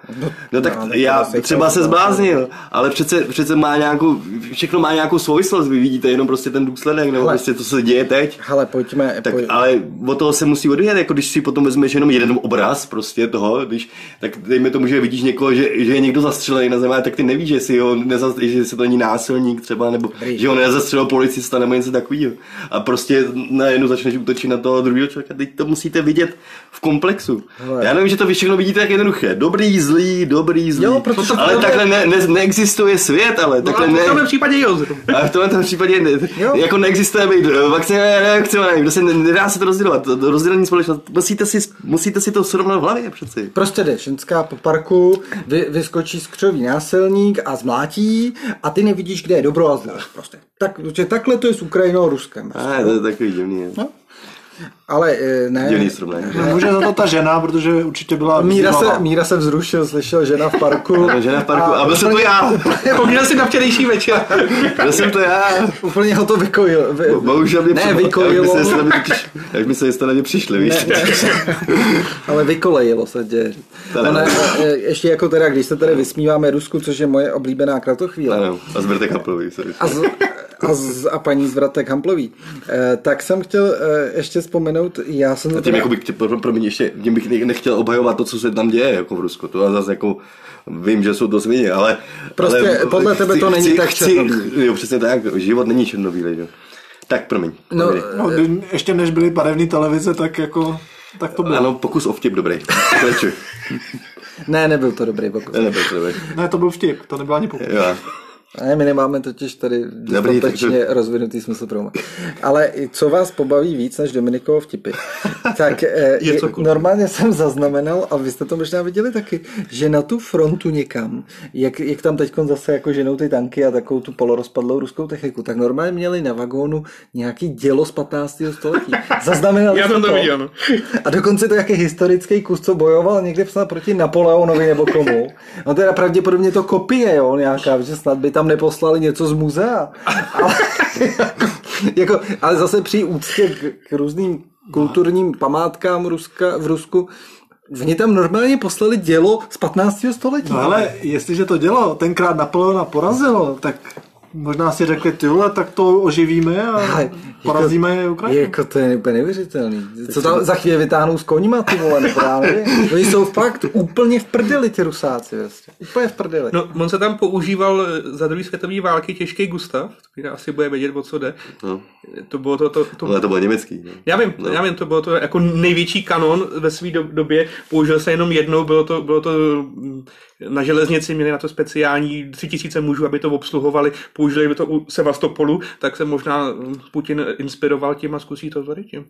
Speaker 4: No tak
Speaker 1: no, tak no.
Speaker 4: já
Speaker 1: to se
Speaker 4: třeba
Speaker 1: chtěl
Speaker 4: se zbláznil, ale přece, přece má nějakou, všechno má nějakou souvislost, vy vidíte jenom prostě ten důsledek, nebo
Speaker 1: Ale-
Speaker 4: prostě to se děje teď.
Speaker 1: Hele, pojďme,
Speaker 4: Tak
Speaker 1: poj-
Speaker 4: ale od toho se musí odvíjet, jako když si potom vezmeš jenom jeden obraz prostě toho, když, tak dejme tomu, že vidíš někoho, že, že je někdo zastřelený na zemi, tak ty nevíš, že, si ho nezast, že se to není násilník třeba, nebo
Speaker 1: Dobrý.
Speaker 4: že ho nezastřelil policista nebo něco takového. A prostě najednou začneš útočit na toho druhého člověka, teď to musíte vidět v komplexu.
Speaker 1: Hele.
Speaker 4: Já nevím, že to vy všechno vidíte tak jednoduché. Dobrý, zlý, dobrý, zlý.
Speaker 1: Jo, protože-
Speaker 4: ale takhle ne, ne, neexistuje svět, ale
Speaker 2: No, ale
Speaker 4: takhle
Speaker 2: v
Speaker 4: ne.
Speaker 2: tomhle případě jo.
Speaker 4: A v tomhle tom případě ne,
Speaker 1: Jo.
Speaker 4: jako neexistuje být eh, vakcinovaný, neakcionovaný, prostě ne- nedá se to rozdělovat, to- to rozdělení společnost, musíte si, musíte si to srovnat v hlavě přeci.
Speaker 1: Prostě jde ženská po parku, vy, vyskočí z křoví násilník a zmlátí a ty nevidíš, kde je dobro a zlo. Prostě. Tak, že takhle to je s Ukrajinou a Ruskem.
Speaker 4: A ah, to je takový divný, je.
Speaker 1: No. Ale eh, ne.
Speaker 4: divný srovnání.
Speaker 3: Může za to ta žena, protože určitě byla
Speaker 1: Eh, Míra se,
Speaker 3: vyzývaná.
Speaker 1: Míra se vzrušil, slyšel žena v parku.
Speaker 4: Ano, Žena v parku, a byl jsem to já,
Speaker 2: Vzpomněl si na včerejší večer.
Speaker 4: byl jsem to já.
Speaker 1: Úplně ho to vykojil. Vy,
Speaker 4: Bohužel mě
Speaker 1: ne,
Speaker 4: při-
Speaker 1: vykojilo.
Speaker 4: Jak by se na mě přiš- Jak by se jestli na mě přišli, víš?
Speaker 1: Ale vykolejilo se tě.
Speaker 4: To ne.
Speaker 1: No ne, e, ještě jako teda, když se tady vysmíváme Rusku, což je moje oblíbená kratochvíle.
Speaker 4: Ano, a zberte kaplový, sorry.
Speaker 1: A, z, a, z, a paní Zvratek Hamplový. E, tak jsem chtěl e, ještě vzpomenout, já jsem...
Speaker 4: A tím jako bych, tě- pro, pro mě ještě, tím bych ne- nechtěl obhajovat to, co se tam děje jako v Rusku. To já zase jako vím, že jsou to svině, ale...
Speaker 1: Prostě
Speaker 4: ale,
Speaker 1: podle tebe to není tak černobílý.
Speaker 4: Jo, přesně tak, život není černobílý, jo. Tak, promiň.
Speaker 1: No,
Speaker 4: promiň.
Speaker 3: No, kdy- ještě než byly barevné televize, tak jako tak to bylo.
Speaker 4: Ano, pokus o vtip dobrý. Pokračuj.
Speaker 1: ne, nebyl to dobrý pokus.
Speaker 4: Ne, ne, dobrý.
Speaker 3: Ne, to byl vtip, to nebyla ani pokus.
Speaker 4: Jo.
Speaker 1: Ne, my nemáme totiž tady
Speaker 4: Dobrý,
Speaker 1: dostatečně rozvinutý smysl pro humor. Ale i co vás pobaví víc než Dominikovo vtipy, tak eh,
Speaker 2: Je
Speaker 1: je-
Speaker 2: cokoliv.
Speaker 1: normálně jsem zaznamenal, a vy jste to možná viděli taky, že na tu frontu někam, jak, jak tam teď zase jako ženou ty tanky a takovou tu polorozpadlou ruskou techniku, tak normálně měli na vagónu nějaký dělo z 15. století. Zaznamenal
Speaker 2: Já
Speaker 1: jste
Speaker 2: jsem to viděl, no.
Speaker 1: a dokonce to jaký historický kus, co bojoval někde snad proti Napoleonovi nebo komu. No teda pravděpodobně to kopie, jo, nějaká, že snad by tam neposlali něco z muzea. Ale, jako, ale zase při úctě k, k různým kulturním památkám Ruska, v Rusku, Oni tam normálně poslali dělo z 15. století.
Speaker 3: No ale jestliže to dělo, tenkrát Napoleona porazilo, tak možná si řekli, ty vole, tak to oživíme a
Speaker 1: Ale
Speaker 3: porazíme je Ukrajinu.
Speaker 1: Jako to je úplně neuvěřitelný. Co tam za chvíli vytáhnou s koníma, ty vole, nebo já nevím. Oni jsou fakt úplně v prdeli, ti rusáci. Vlastně. Úplně v prdeli.
Speaker 2: No, on se tam používal eh, za druhé světové války těžký Gustav, který asi bude vědět, o co jde.
Speaker 4: No.
Speaker 2: To bylo to, to, to
Speaker 4: Ale to bylo německý. no.
Speaker 2: Já vím, já vím, to bylo to jako největší kanon ve své do, době, použil se jenom jednou, bylo to, bylo to mm, Na železnici měli na to speciální tři tisíce mužů, aby to obsluhovali, použili by to u Sevastopolu, tak se možná hm, Putin inspiroval tím a zkusí to tady tím.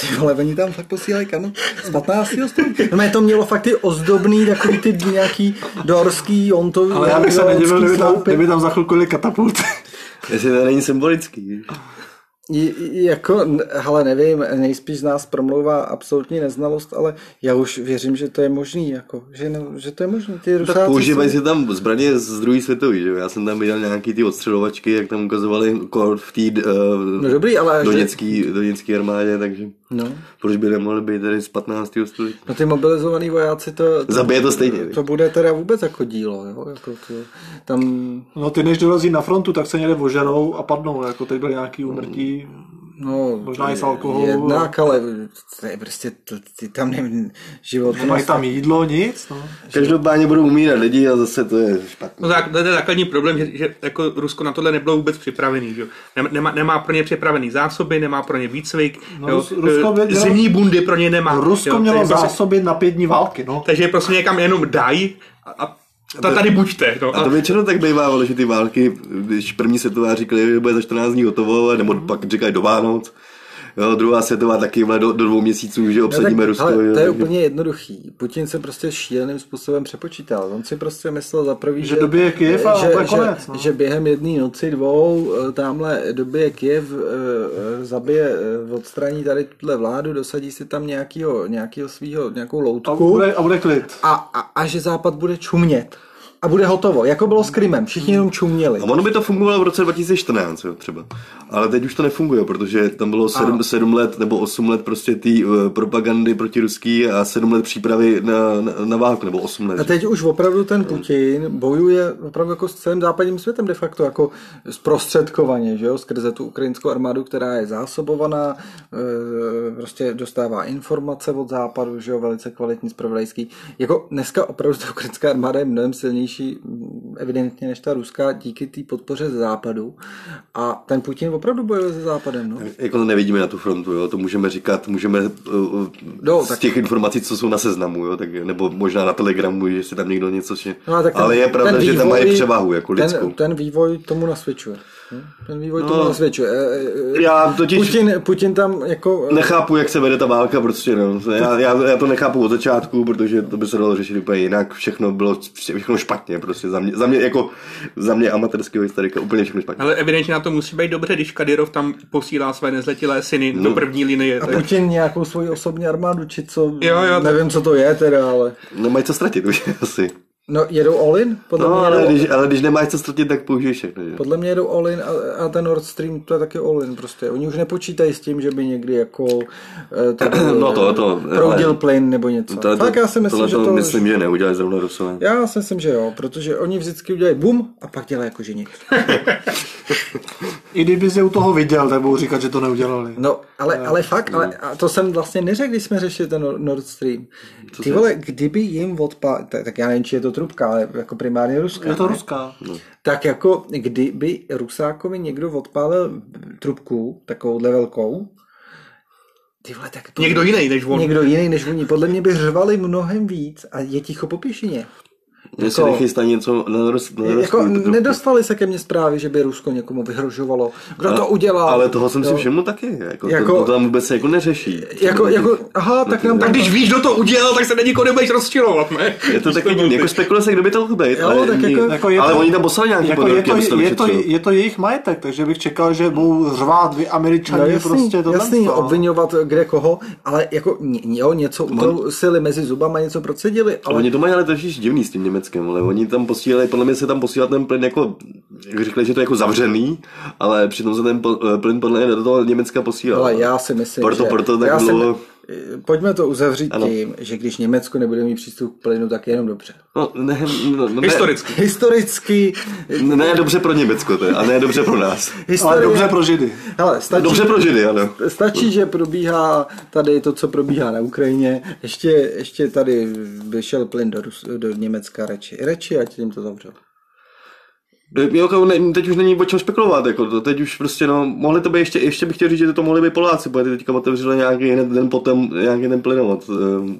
Speaker 1: Ty vole, oni tam fakt posílají kanu z 15. století. No, mé to mělo fakt ty ozdobný, takový ty nějaký dorský, jontový,
Speaker 3: Ale já bych se nedivil, kdyby tam,
Speaker 1: sloupy.
Speaker 3: kdyby tam za chvilku jeli katapulty.
Speaker 4: Jestli to není symbolický.
Speaker 1: J- Jako, n- hele, nevím, nejspíš z nás promlouvá absolutní neznalost, ale já už věřím, že to je možný, jako, že, ne, že to je možný, ty
Speaker 4: Tak
Speaker 1: rusáci
Speaker 4: používají
Speaker 1: jsou-
Speaker 4: si tam zbraně z druhé světové, že jo? Já jsem tam viděl nějaký ty odstřelovačky, jak tam ukazovali kor v té uh,
Speaker 1: No dobrý, ale až-
Speaker 4: doněcký, doněcký armádě, takže
Speaker 1: No.
Speaker 4: proč by nemohli být tady z 15. století?
Speaker 1: No ty mobilizovaný vojáci, to, to,
Speaker 4: Zabije to stejně.
Speaker 1: to bude teda vůbec jako dílo, jo, jako to, tam,
Speaker 3: No ty než dorazí na frontu, tak se někde ožerou a padnou, jako teď byly nějaký umrtí.
Speaker 1: no,
Speaker 3: Možná i s alkoholou,
Speaker 1: Jednak, ale to je prostě, to, ty tam nevím, život.
Speaker 3: Mají tam jídlo, nic, no.
Speaker 4: Každopádně budou umírat lidi a zase to je špatné.
Speaker 2: No, zák- to je základní problém, že, že jako Rusko na tohle nebylo vůbec připravený. Že? jo. Nem- Nemá, nemá pro ně připravený zásoby, nemá pro ně výcvik,
Speaker 3: No,
Speaker 2: jo?
Speaker 3: Rus- Rusko
Speaker 2: Eh,
Speaker 3: mělo-
Speaker 2: zimní bundy pro ně nemá.
Speaker 3: Rusko
Speaker 2: jo?
Speaker 3: mělo
Speaker 2: Takže prostě-
Speaker 3: zásoby na pět dní války, no.
Speaker 2: Takže je prostě někam jenom daj a, a ta tady buďte. No.
Speaker 4: A to většinou tak bývávalo, že ty války, když první světová říkali, že bude za 14 dní hotovo, nebo
Speaker 1: Mhm.
Speaker 4: pak říkají do Vánoc. Jo, druhá světová taky vole, do, do dvou měsíců, že obsadíme Rusko.
Speaker 1: ale
Speaker 4: jo,
Speaker 1: No to je
Speaker 4: takže-
Speaker 1: úplně jednoduchý. Putin se prostě šíleným způsobem přepočítal. On si prostě myslel za prvý,
Speaker 3: Že dobije Kyjev a
Speaker 1: že,
Speaker 3: bude
Speaker 1: že,
Speaker 3: konec, no.
Speaker 1: že během jedné noci, dvou, eh, tamhle dobije Kyjev, eh, eh, zabije, eh, odstraní tady tuhle vládu, dosadí si tam nějakýho, nějakýho svýho, nějakou
Speaker 3: A
Speaker 1: loutku
Speaker 3: bude, a bude klid.
Speaker 1: a, a, a, že západ bude čumět. A bude hotovo, jako bylo s Krymem. Všichni jenom čuměli.
Speaker 4: A No, ono by to fungovalo v roce 2014 jo, třeba. Ale teď už to nefunguje, protože tam bylo 7, 7 let nebo 8 let prostě té propagandy proti ruský a 7 let přípravy na, na, na válku, nebo 8 let.
Speaker 1: A
Speaker 4: že?
Speaker 1: teď už opravdu ten Putin bojuje opravdu jako s celým západním světem de facto, jako zprostředkovaně, že jo, skrze tu ukrajinskou armádu, která je zásobovaná, eh, prostě dostává informace od západu, že jo, velice kvalitní, spravodajský. Jako dneska opravdu ta ukrajinská armáda je mnohem silnější mm, evidentně než ta ruská díky té podpoře ze západu. A ten Putin opravdu bojuje se západem, no.
Speaker 4: Jako nevidíme na tu frontu, jo? to můžeme říkat, můžeme uh,
Speaker 1: No,
Speaker 4: no, z
Speaker 1: tak-
Speaker 4: těch informací, co jsou na seznamu, jo? Tak, nebo možná na telegramu, že si tam někdo něco či...
Speaker 1: No, a tak ten,
Speaker 4: Ale je pravda,
Speaker 1: ten
Speaker 4: že tam
Speaker 1: vývoj-
Speaker 4: mají převahu jako lidskou. No.
Speaker 1: Ten, ten vývoj tomu nasvědčuje. hm? Ten vývoj tomu nasvědčuje. Eh, eh,
Speaker 4: Já totiž-
Speaker 1: Putin, Putin tam jako... Ne.
Speaker 4: Nechápu, jak se vede ta válka, prostě no. já, já, já, to nechápu od začátku, protože to by se dalo řešit úplně jinak, všechno bylo všechno špatně, prostě za mě, za mě jako za mě amatérského historika úplně všechno špatně.
Speaker 2: Ale evidentně na to musí být dobře, když Kadyrov tam posílá své nezletilé syny
Speaker 4: No.
Speaker 2: do první linie.
Speaker 1: A
Speaker 2: tak-
Speaker 1: Putin nějakou svoji osobní armádu, či co?
Speaker 2: Jo, jo, tak-
Speaker 1: nevím, co to je teda, ale...
Speaker 4: Nemají No, co ztratit už asi.
Speaker 1: No, jedou Olin? Podle,
Speaker 4: No,
Speaker 1: mě
Speaker 4: ale
Speaker 1: jedou,
Speaker 4: když, ale když nemáš co ztratit, tak použiješ všechno. že?
Speaker 1: podle mě jedou Olin a, a ten Nord Stream, to je taky Olin prostě. Oni už nepočítají s tím, že by někdy jako... eh, To byl,
Speaker 4: No to- to-
Speaker 1: eh, Proudil
Speaker 4: ale-
Speaker 1: plyn nebo něco.
Speaker 4: No, To-
Speaker 1: Fakt já si myslím,
Speaker 4: tohle
Speaker 1: že
Speaker 4: to
Speaker 1: to...
Speaker 4: myslím, že neudělají zrovna Rusové.
Speaker 1: Já si myslím, že jo, protože oni vždycky udělají bum a pak dělají jako že nic.
Speaker 3: I kdyby jsi u toho viděl, tak budou říkat, že to neudělali.
Speaker 1: No, ale, ale fakt, ale a to jsem vlastně neřekl, když jsme řešili ten Nor- Nord Stream. Ty vole, kdyby jim odpal, tak, tak já nevím, či je to trubka, ale jako primárně ruská.
Speaker 3: Je to
Speaker 1: ne?
Speaker 3: ruská.
Speaker 1: Tak jako, kdyby Rusákovi někdo odpálil trubku, takovouhle velkou, ty vole, tak to-
Speaker 2: Někdo jiný než on.
Speaker 1: někdo jiný než oni, podle mě by řvali mnohem víc a je ticho po pěšině.
Speaker 4: Mně se
Speaker 1: Jako-
Speaker 4: nechystá něco na Rus, na Rusku,
Speaker 1: Jako
Speaker 4: protože-
Speaker 1: nedostali se ke mně zprávy, že by Rusko někomu vyhrožovalo. Kdo to udělal?
Speaker 4: Ale toho jsem si
Speaker 1: Jo.
Speaker 4: všiml taky. Jako,
Speaker 1: Jako-
Speaker 4: jako, to, to, tam vůbec se jako neřeší.
Speaker 1: Jako, jako, aha, tak nám
Speaker 2: Tak
Speaker 1: to-
Speaker 2: když víš, kdo to udělal, tak se na nikoho nebudeš rozčilovat, ne?
Speaker 4: Je to takový divný, jako spekulace, kdo by to mohl být,
Speaker 1: Jo,
Speaker 4: ale,
Speaker 1: tak jako-
Speaker 3: Jako
Speaker 4: jako
Speaker 3: je
Speaker 4: ale
Speaker 3: to-
Speaker 4: oni tam poslali nějaký
Speaker 3: Jako je,
Speaker 4: podorovky,
Speaker 3: to,
Speaker 4: aby se to
Speaker 3: je, to,
Speaker 4: vyšetřilo.
Speaker 3: je to jejich majetek, takže bych čekal, že budou řvát vy američani
Speaker 1: No jasný,
Speaker 3: prostě to
Speaker 1: jasný obvinovat eh, kde koho, ale jako ně- jo, něco utrousili mezi zubama, něco procedili,
Speaker 4: Ale
Speaker 1: ale
Speaker 4: oni to mají ale totiž divný s tím Německem, ale oni tam posílali, podle mě se tam posílal ten plyn jako, jak řekli, že to je jako zavřený, ale přitom se ten po- eh, plyn podle mě do toho Německa posílal.
Speaker 1: ale já si myslím,
Speaker 4: proto,
Speaker 1: že...
Speaker 4: Proto tak
Speaker 1: já si- eh,
Speaker 4: dlouho...
Speaker 1: Pojďme to uzavřít ano.
Speaker 4: Ano.
Speaker 1: tím, že když Německo nebude mít přístup k plynu, tak je jenom dobře.
Speaker 4: No, ne, no, no, ne,
Speaker 2: Historicky.
Speaker 1: Historicky,
Speaker 4: Ne, ne dobře pro Německo to je, a ne dobře pro nás.
Speaker 1: historie,
Speaker 3: Ale dobře pro Židy.
Speaker 1: Hele, stačí,
Speaker 4: Dobře pro Židy, ano.
Speaker 1: Stačí, že probíhá tady to, co probíhá na Ukrajině. Ještě, ještě tady vyšel plyn do, Rus, do Německa reči. Reči, ať jim to zavřel.
Speaker 4: Jo, jako ne, teď už není o čem spekulovat, jako to teď už prostě, no, mohli to by ještě, ještě bych chtěl říct, že to mohli by Poláci, protože teďka otevřeli nějaký hned den potom, nějaký ten plynovod ehm,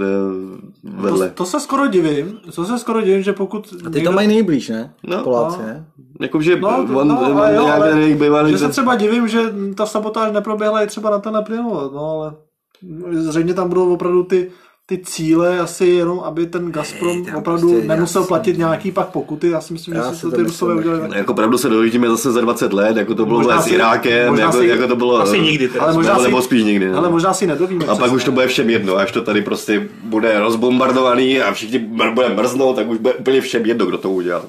Speaker 4: ehm, vedle.
Speaker 3: To, to, se skoro divím, to se skoro divím, že pokud...
Speaker 1: A ty to mají nejblíž, ne?
Speaker 4: No.
Speaker 1: Poláci, ne?
Speaker 4: Jakože
Speaker 3: No,
Speaker 4: on,
Speaker 3: no,
Speaker 4: on,
Speaker 3: no ale jo,
Speaker 4: nějak
Speaker 3: ale,
Speaker 4: ten jejich bývalý,
Speaker 3: že se třeba divím, že ta sabotáž neproběhla i třeba na ten plynovod, no ale zřejmě tam budou opravdu ty, ty cíle asi jenom, aby ten Gazprom
Speaker 1: tam
Speaker 3: opravdu
Speaker 1: prostě já
Speaker 3: nemusel
Speaker 1: si-
Speaker 3: platit nějaký pak pokuty, já si myslím,
Speaker 1: Já
Speaker 3: že
Speaker 1: si
Speaker 3: si to
Speaker 1: to
Speaker 3: ty
Speaker 1: myslím
Speaker 3: Rusové
Speaker 1: taky,
Speaker 3: udělali.
Speaker 1: no.
Speaker 4: jako pravdu se dovidíme zase za 20 let, jako to bylo
Speaker 3: Možná
Speaker 4: možná s
Speaker 3: si-
Speaker 4: Irákem,
Speaker 3: možná
Speaker 4: jako,
Speaker 3: si-
Speaker 4: jako to bylo...
Speaker 2: Asi nikdy teda.
Speaker 3: Ale možná
Speaker 4: nebo,
Speaker 3: si-
Speaker 4: nebo spíš nikdy. no.
Speaker 3: Ale možná si nedovíme.
Speaker 4: A pak
Speaker 3: přesně.
Speaker 4: už to bude všem jedno, až to tady prostě bude rozbombardovaný a všichni br- bude mrznout, tak už bude úplně všem jedno, kdo to udělal.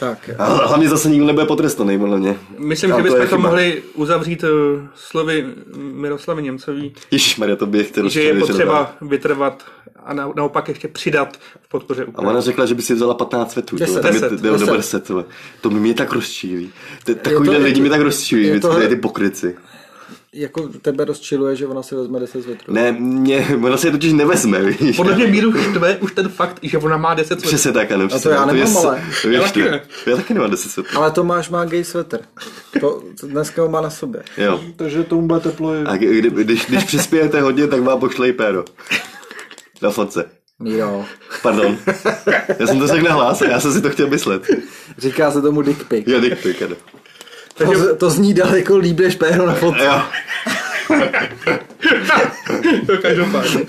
Speaker 1: Tak.
Speaker 4: A hlavně zase nikdo nebude potrestaný, podle mě.
Speaker 2: Myslím, že
Speaker 4: Tam to
Speaker 2: bychom
Speaker 4: je
Speaker 2: to
Speaker 4: chyba.
Speaker 2: mohli uzavřít eh, slovy Miroslavy Němcový,
Speaker 4: Ježišmarja, to bych chtěl
Speaker 2: že
Speaker 4: ještě
Speaker 2: je
Speaker 4: večer dát.
Speaker 2: potřeba vytrvat a na- naopak ještě přidat v podpoře
Speaker 4: A
Speaker 2: Ukrajiny.
Speaker 4: ona řekla, že by si vzala 15 světů.
Speaker 1: Deset,
Speaker 4: tam je,
Speaker 2: deset,
Speaker 4: jo,
Speaker 1: deset.
Speaker 4: nebo 10, vole. To mě tak rozčílí. T- Takovýhle
Speaker 1: to-
Speaker 4: lidi mě tak rozčílí,
Speaker 1: je
Speaker 4: vždycky
Speaker 1: to-
Speaker 4: tady ty pokryci.
Speaker 1: Jako tebe rozčiluje, že ona si vezme 10 větrů.
Speaker 4: Ne, mě, ona se je totiž nevezme, víš.
Speaker 2: Podle mě No míru štve už ten fakt, že ona má 10 svět.
Speaker 4: Přesně tak, ano.
Speaker 1: A to
Speaker 4: přesně
Speaker 1: já
Speaker 4: tak,
Speaker 1: nemám,
Speaker 4: je s-
Speaker 1: ale.
Speaker 4: to je
Speaker 2: Já
Speaker 4: štve.
Speaker 2: taky ne.
Speaker 4: Já taky nemám 10 světů.
Speaker 1: Ale Tomáš má gay sweater. To, to dneska ho má na sobě.
Speaker 4: Jo.
Speaker 3: Takže tomu bude teplo i...
Speaker 4: A kdy, kdy- když, když přispějete hodně, tak vám pošlej péro. Na fotce.
Speaker 1: Jo.
Speaker 4: Pardon. Já jsem to řekl na hlas, já jsem si to chtěl myslet.
Speaker 1: Říká se tomu dick pic.
Speaker 4: Jo, dick pic, ano.
Speaker 1: To, to zní daleko líp než péro na fotce.
Speaker 4: Jo.
Speaker 2: To každopádně.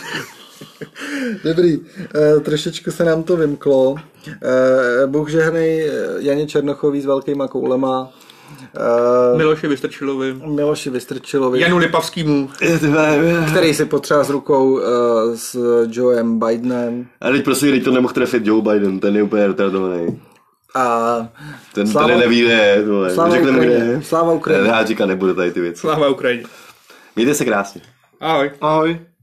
Speaker 1: Dobrý, eh, trošičku se nám to vymklo. Eh, Bůh žehnej eh, Janě Černochový s velkýma koulema. eh,
Speaker 2: Miloše Vystrčilovi,
Speaker 1: Miloši Vystrčilovi,
Speaker 2: Janu Lipavskýmu,
Speaker 4: Je, ty vole, je.
Speaker 1: který si potřeba s rukou eh, s Joem Bidenem.
Speaker 4: A teď prosím, teď to nemohl trefit Joe Biden, ten je úplně retardovaný.
Speaker 1: A
Speaker 4: Ten
Speaker 1: Sláva-
Speaker 4: tady neví, kde je,
Speaker 1: Sláva
Speaker 4: Řekne mi, kde
Speaker 1: Ukrajině,
Speaker 4: je.
Speaker 1: sláva Ukrajině.
Speaker 4: Já říkám, nebude tady ty věci.
Speaker 2: sláva Ukrajině.
Speaker 4: Mějte se krásně.
Speaker 2: Ahoj.
Speaker 3: Ahoj.